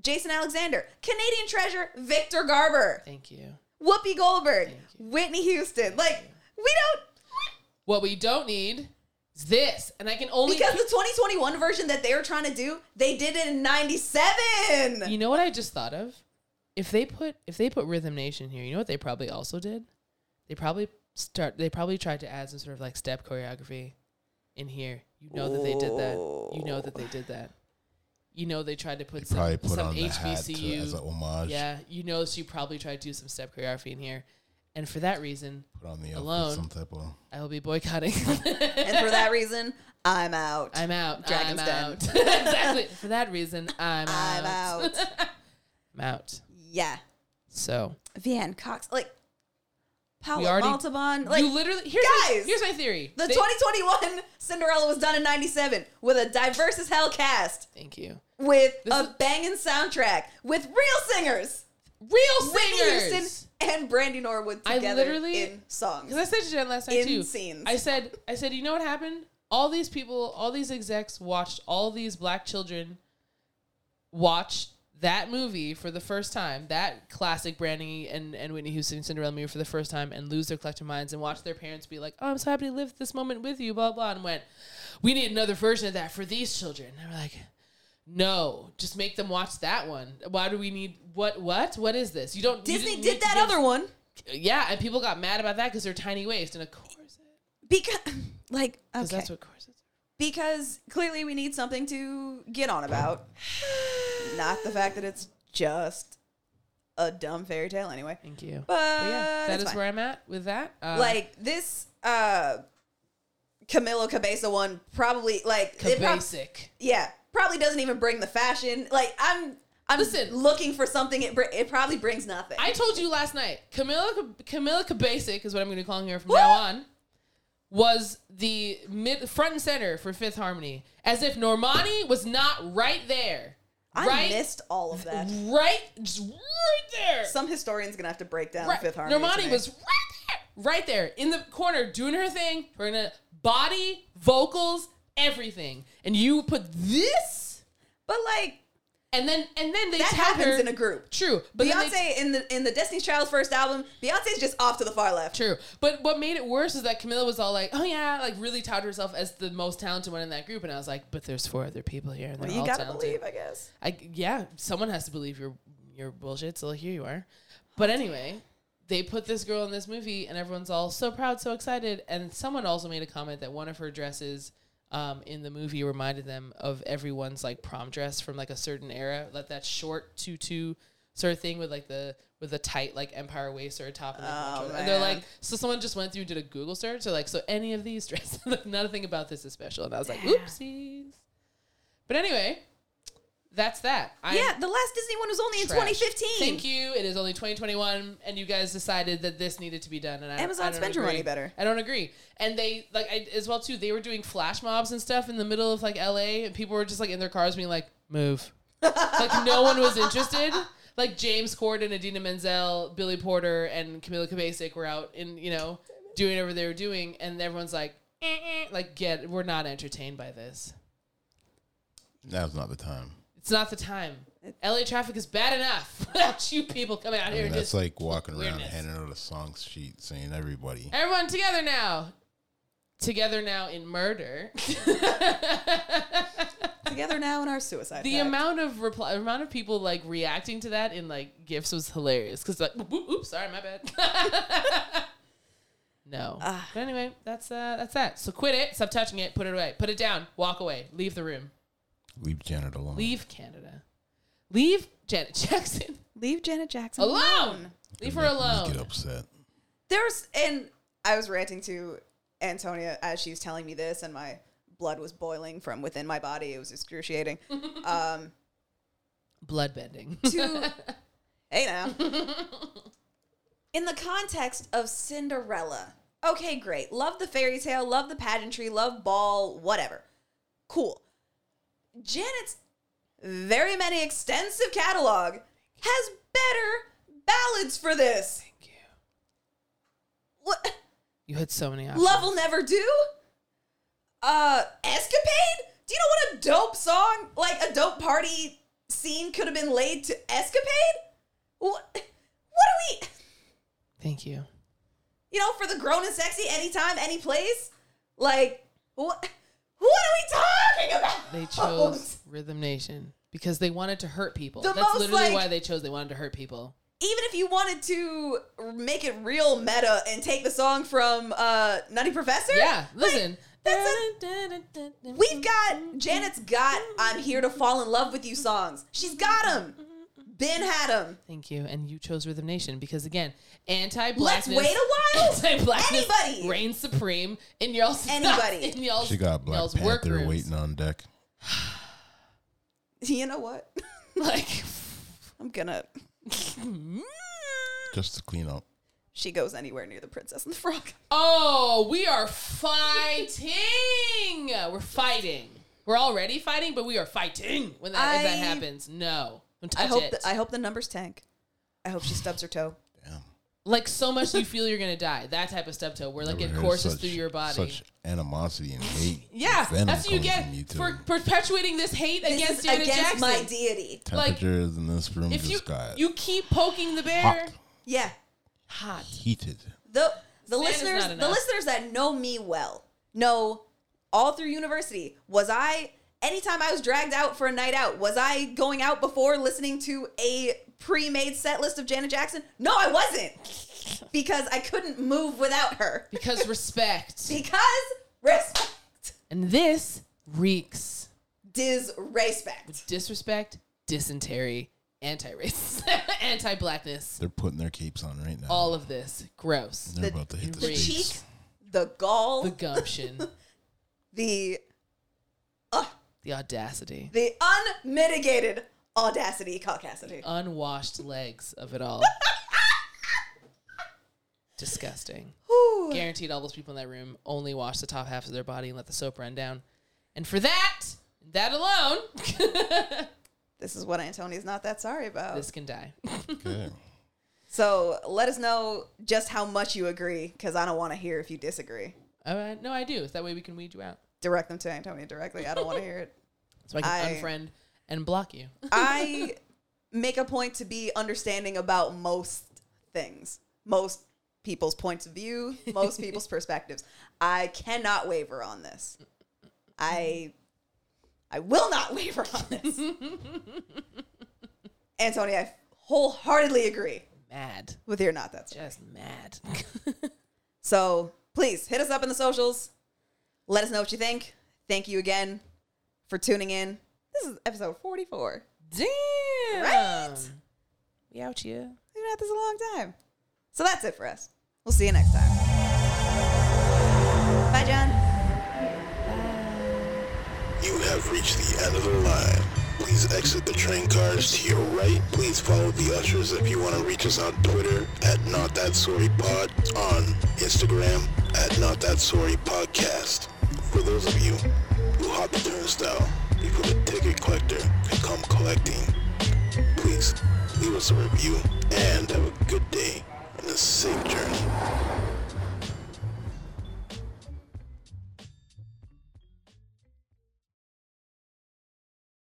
Speaker 9: Jason Alexander, Canadian Treasure Victor Garber,
Speaker 10: Thank you.
Speaker 9: Whoopi Goldberg, Whitney Houston. Like we don't
Speaker 10: What we don't need is this, and I can only
Speaker 9: because the 2021 version that they were trying to do, they did it in '97.
Speaker 10: You know what I just thought of? If they put if they put Rhythm Nation here, you know what they probably also did? They probably start they probably tried to add some sort of like step choreography in here. You know that they did that. You know that they did that. You know they tried to put some,
Speaker 11: probably put
Speaker 10: some
Speaker 11: on the hat to-
Speaker 10: HBCU
Speaker 11: as a homage.
Speaker 10: Yeah, you know she probably tried to do some step choreography in here, and for that reason,
Speaker 11: Put on the outfit,
Speaker 10: alone,
Speaker 11: some type of-
Speaker 10: I will be boycotting.
Speaker 9: and for that reason, I'm out.
Speaker 10: I'm out.
Speaker 9: Dragon's
Speaker 10: I'm
Speaker 9: Den.
Speaker 10: out. exactly. For that reason, I'm,
Speaker 9: I'm
Speaker 10: out.
Speaker 9: out.
Speaker 10: I'm out.
Speaker 9: yeah.
Speaker 10: So
Speaker 9: Van Cox, like Paula
Speaker 10: We already-
Speaker 9: Montalban, like
Speaker 10: you literally here's my,
Speaker 9: guys,
Speaker 10: here's my theory.
Speaker 9: The
Speaker 10: They-
Speaker 9: 2021 Cinderella was done in '97 with a diverse as hell cast,
Speaker 10: Thank you.
Speaker 9: with a banging soundtrack, with real singers,
Speaker 10: real
Speaker 9: Whitney
Speaker 10: singers!
Speaker 9: Houston and Brandy Norwood
Speaker 10: I
Speaker 9: together
Speaker 10: literally-
Speaker 9: in songs.
Speaker 10: Because I said to Jen last night
Speaker 9: In
Speaker 10: too.
Speaker 9: scenes.
Speaker 10: I said I said you know what happened? All these people, all these execs watched all these black children watch that movie for the first time, that classic Brandy and, and Whitney Houston Cinderella movie for the first time, and lose their collective minds and watch their parents be like, "Oh, I'm so happy to live this moment with you," blah blah, and went, "We need another version of that for these children." And we're like, "No, just make them watch that one. Why do we need what? What? What is this? You don't you
Speaker 9: Disney
Speaker 10: didn't need
Speaker 9: did
Speaker 10: to
Speaker 9: that
Speaker 10: give-
Speaker 9: other one
Speaker 10: yeah, and people got mad about that because they're tiny waist and a corset.
Speaker 9: because, like, okay,
Speaker 10: 'Cause that's what corsets.
Speaker 9: because clearly we need something to get on about, not the fact that it's just a dumb fairy tale anyway.
Speaker 10: Thank you.
Speaker 9: But,
Speaker 10: that
Speaker 9: it's
Speaker 10: is
Speaker 9: fine.
Speaker 10: where I'm at with that. Uh,
Speaker 9: like this uh Camilo Cabeza one probably like it prob-
Speaker 10: Cabasic.
Speaker 9: yeah, probably doesn't even bring the fashion. Like I'm I'm
Speaker 10: Listen.
Speaker 9: looking for something it br- it probably brings nothing.
Speaker 10: I told you last night, Camilla Cab- Camilla Cabasic is what I'm going to call her from now on. Was the mid front and center for Fifth Harmony as if Normani was not right there,
Speaker 9: I
Speaker 10: right,
Speaker 9: missed all of that.
Speaker 10: right, just right there.
Speaker 9: Some historian's going to have to break down
Speaker 10: Right.
Speaker 9: Fifth Harmony.
Speaker 10: Normani
Speaker 9: tonight.
Speaker 10: was right there, right there in the corner doing her thing, doing her body, vocals, everything. And you put this,
Speaker 9: but like,
Speaker 10: and then and then they
Speaker 9: That
Speaker 10: tag
Speaker 9: happens
Speaker 10: her-
Speaker 9: in a group.
Speaker 10: True, but then
Speaker 9: Beyonce
Speaker 10: they,
Speaker 9: in the in the Destiny's Child's first album, Beyonce's just off to the far left.
Speaker 10: True. But what made it worse is that Camilla was all like, "Oh yeah," like really touted herself as the most talented one in that group, and I was like, "But there's four other people here, and they're
Speaker 9: Well, you
Speaker 10: all
Speaker 9: gotta
Speaker 10: talented."
Speaker 9: believe, I guess.
Speaker 10: I yeah, someone has to believe your your bullshit. So here you are. But anyway, they put this girl in this movie, and everyone's all so proud, so excited. And someone also made a comment that one of her dresses. Um, in the movie, reminded them of everyone's like prom dress from like a certain era, like that short tutu sort of thing with like the with the tight like empire waist or a top, and, like,
Speaker 9: Oh,
Speaker 10: control- and they're
Speaker 9: man.
Speaker 10: like, so someone just went through and did a Google search. They're like, so any of these dresses, like, nothing about this is special. And I was like, oopsies. But anyway, that's that. I'm
Speaker 9: yeah, the last Disney one was only in
Speaker 10: trash.
Speaker 9: 2015.
Speaker 10: Thank you. It is only 2021, and you guys decided that this needed to be done. And I,
Speaker 9: Amazon,
Speaker 10: I don't
Speaker 9: spend your
Speaker 10: agree.
Speaker 9: money better.
Speaker 10: I don't agree. And they like I, as well too. They were doing flash mobs and stuff in the middle of like LA, and people were just like in their cars being like, "Move." like no one was interested. Like James Corden, Adina Menzel, Billy Porter, and Camila Cabasic were out in you know doing whatever they were doing, and everyone's like, "Eh, eh," like get we're not entertained by this.
Speaker 11: Now's not the time.
Speaker 10: It's not the time. LA traffic is bad enough without you people coming out
Speaker 11: I
Speaker 10: here
Speaker 11: mean,
Speaker 10: and
Speaker 11: that's
Speaker 10: just
Speaker 11: like walking around
Speaker 10: weirdness.
Speaker 11: handing out a song sheet saying everybody.
Speaker 10: everyone together now. Together now in murder.
Speaker 9: Together now in our suicide.
Speaker 10: The
Speaker 9: pact.
Speaker 10: amount of reply, amount of people like reacting to that in like gifts was hilarious. Cause like, oop, oop, oops, sorry, my bad. no, but anyway, that's uh, that's that. So quit it. Stop touching it. Put it away. Put it down. Walk away. Leave the room.
Speaker 11: Leave Janet alone.
Speaker 10: Leave Canada. Leave Janet Jackson
Speaker 9: Leave Janet Jackson
Speaker 10: alone.
Speaker 9: alone.
Speaker 10: Leave her alone.
Speaker 11: Get upset.
Speaker 9: there's and I was ranting to Antonia as she was telling me this, and my blood was boiling from within my body. It was excruciating. um,
Speaker 10: Bloodbending.
Speaker 9: to hey now, in the context of Cinderella, okay, great, love the fairy tale, love the pageantry, love ball, whatever, cool. Janet's very many extensive catalog has better ballads for this.
Speaker 10: You had so many options.
Speaker 9: Love will never do. Uh, escapade. Do you know what a dope song, like a dope party scene, could have been laid to escapade? What? What are we?
Speaker 10: Thank you.
Speaker 9: You know, for the grown and sexy, anytime, any place. Like what? What are we talking about?
Speaker 10: They chose Rhythm Nation because they wanted to hurt people.
Speaker 9: The
Speaker 10: That's
Speaker 9: most,
Speaker 10: literally
Speaker 9: like-
Speaker 10: why they chose. They wanted to hurt people.
Speaker 9: even if you wanted to make it real meta and take the song from uh, Nutty Professor,
Speaker 10: Yeah,
Speaker 9: like,
Speaker 10: listen.
Speaker 9: that's a, we've got Janet's got "I'm Here to Fall in Love with You" songs. She's got them. Ben had them.
Speaker 10: Thank you. And you chose Rhythm Nation because again,
Speaker 9: Let's
Speaker 10: anti-blackness.
Speaker 9: wait a while.
Speaker 10: Anti-blackness
Speaker 9: Anybody.
Speaker 10: reigns supreme in y'all's
Speaker 9: Anybody.
Speaker 10: in y'all's
Speaker 11: She got Black
Speaker 10: y'all's
Speaker 11: Panther
Speaker 10: workrooms.
Speaker 11: waiting on deck.
Speaker 9: You know what?
Speaker 10: like,
Speaker 9: I'm gonna.
Speaker 10: Mm.
Speaker 11: Just to clean up.
Speaker 9: She goes anywhere near the Princess and the Frog.
Speaker 10: Oh, we are fighting. We're fighting. We're already fighting, but we are fighting when that, if
Speaker 9: I-
Speaker 10: that happens. No, don't touch
Speaker 9: I hope
Speaker 10: it.
Speaker 9: the, I hope the numbers tank. I hope she stubs her toe.
Speaker 10: like so much you feel you're gonna die. That type of stuff toe where like
Speaker 11: Never
Speaker 10: it
Speaker 11: heard
Speaker 10: courses
Speaker 11: such-
Speaker 10: through your body.
Speaker 11: Such animosity and hate.
Speaker 10: yeah,
Speaker 11: Venom
Speaker 10: that's what you
Speaker 11: comes
Speaker 10: get
Speaker 11: from you, too.
Speaker 10: for perpetuating this hate
Speaker 9: This
Speaker 10: against
Speaker 9: is
Speaker 10: Janet
Speaker 9: against
Speaker 10: Jackson.
Speaker 9: my deity.
Speaker 10: Like
Speaker 11: Temperatures in this room
Speaker 10: if
Speaker 11: just
Speaker 10: you
Speaker 11: got
Speaker 10: you keep poking the bear,
Speaker 9: Yeah.
Speaker 10: hot.
Speaker 11: heated.
Speaker 9: the the
Speaker 10: Sand is
Speaker 9: listeners
Speaker 10: not
Speaker 9: the
Speaker 10: enough.
Speaker 9: listeners that know me well know all through university was i anytime i was dragged out for a night out was i going out before listening to a pre-made set list of janet jackson no i wasn't because i couldn't move without her
Speaker 10: because respect
Speaker 9: because respect
Speaker 10: And this reeks
Speaker 9: disrespect
Speaker 10: disrespect, dysentery, anti-race, anti-blackness.
Speaker 11: They're putting their capes on right now.
Speaker 10: All of this gross.
Speaker 11: They're about to hit the,
Speaker 9: the
Speaker 10: Reeks.
Speaker 9: cheek the gall
Speaker 10: the gumption,
Speaker 9: the
Speaker 10: the audacity,
Speaker 9: the unmitigated audacity caucasity
Speaker 10: Uh, unwashed legs of it all. Disgusting.
Speaker 9: Whew.
Speaker 10: Guaranteed, all those people in that room only wash the top half of their body and let the soap run down. And for that, that alone,
Speaker 9: this is what antonia's not that sorry about
Speaker 10: this can die.
Speaker 11: Okay.
Speaker 9: So let us know just how much you agree, because I don't want to hear if you disagree.
Speaker 10: Uh, no, I do. That way we can weed you out.
Speaker 9: Direct them to Antonia directly. I don't want to hear it.
Speaker 10: So I can
Speaker 9: I-
Speaker 10: unfriend and block you.
Speaker 9: I make a point to be understanding about most things, most people's points of view, most people's perspectives. I cannot waver on this. I I will not waver on this. Antonia, I wholeheartedly agree
Speaker 10: Mad.
Speaker 9: with your not that.
Speaker 10: Just mad.
Speaker 9: So please hit us up in the socials. Let us know what you think. Thank you again for tuning in. This is episode 44.
Speaker 10: Damn.
Speaker 9: Right?
Speaker 10: We out here.
Speaker 9: We've been at this a long time. So that's it for us. We'll see you next time. Bye, John.
Speaker 13: You have reached the end of the line. Please exit the train cars to your right. Please follow the ushers if you want to reach us on Twitter at Not That Sorry Pod, on Instagram at Not That Sorry Podcast. For those of you who hop the turnstile before the ticket collector can come collecting, please leave us a review and have a good day and a safe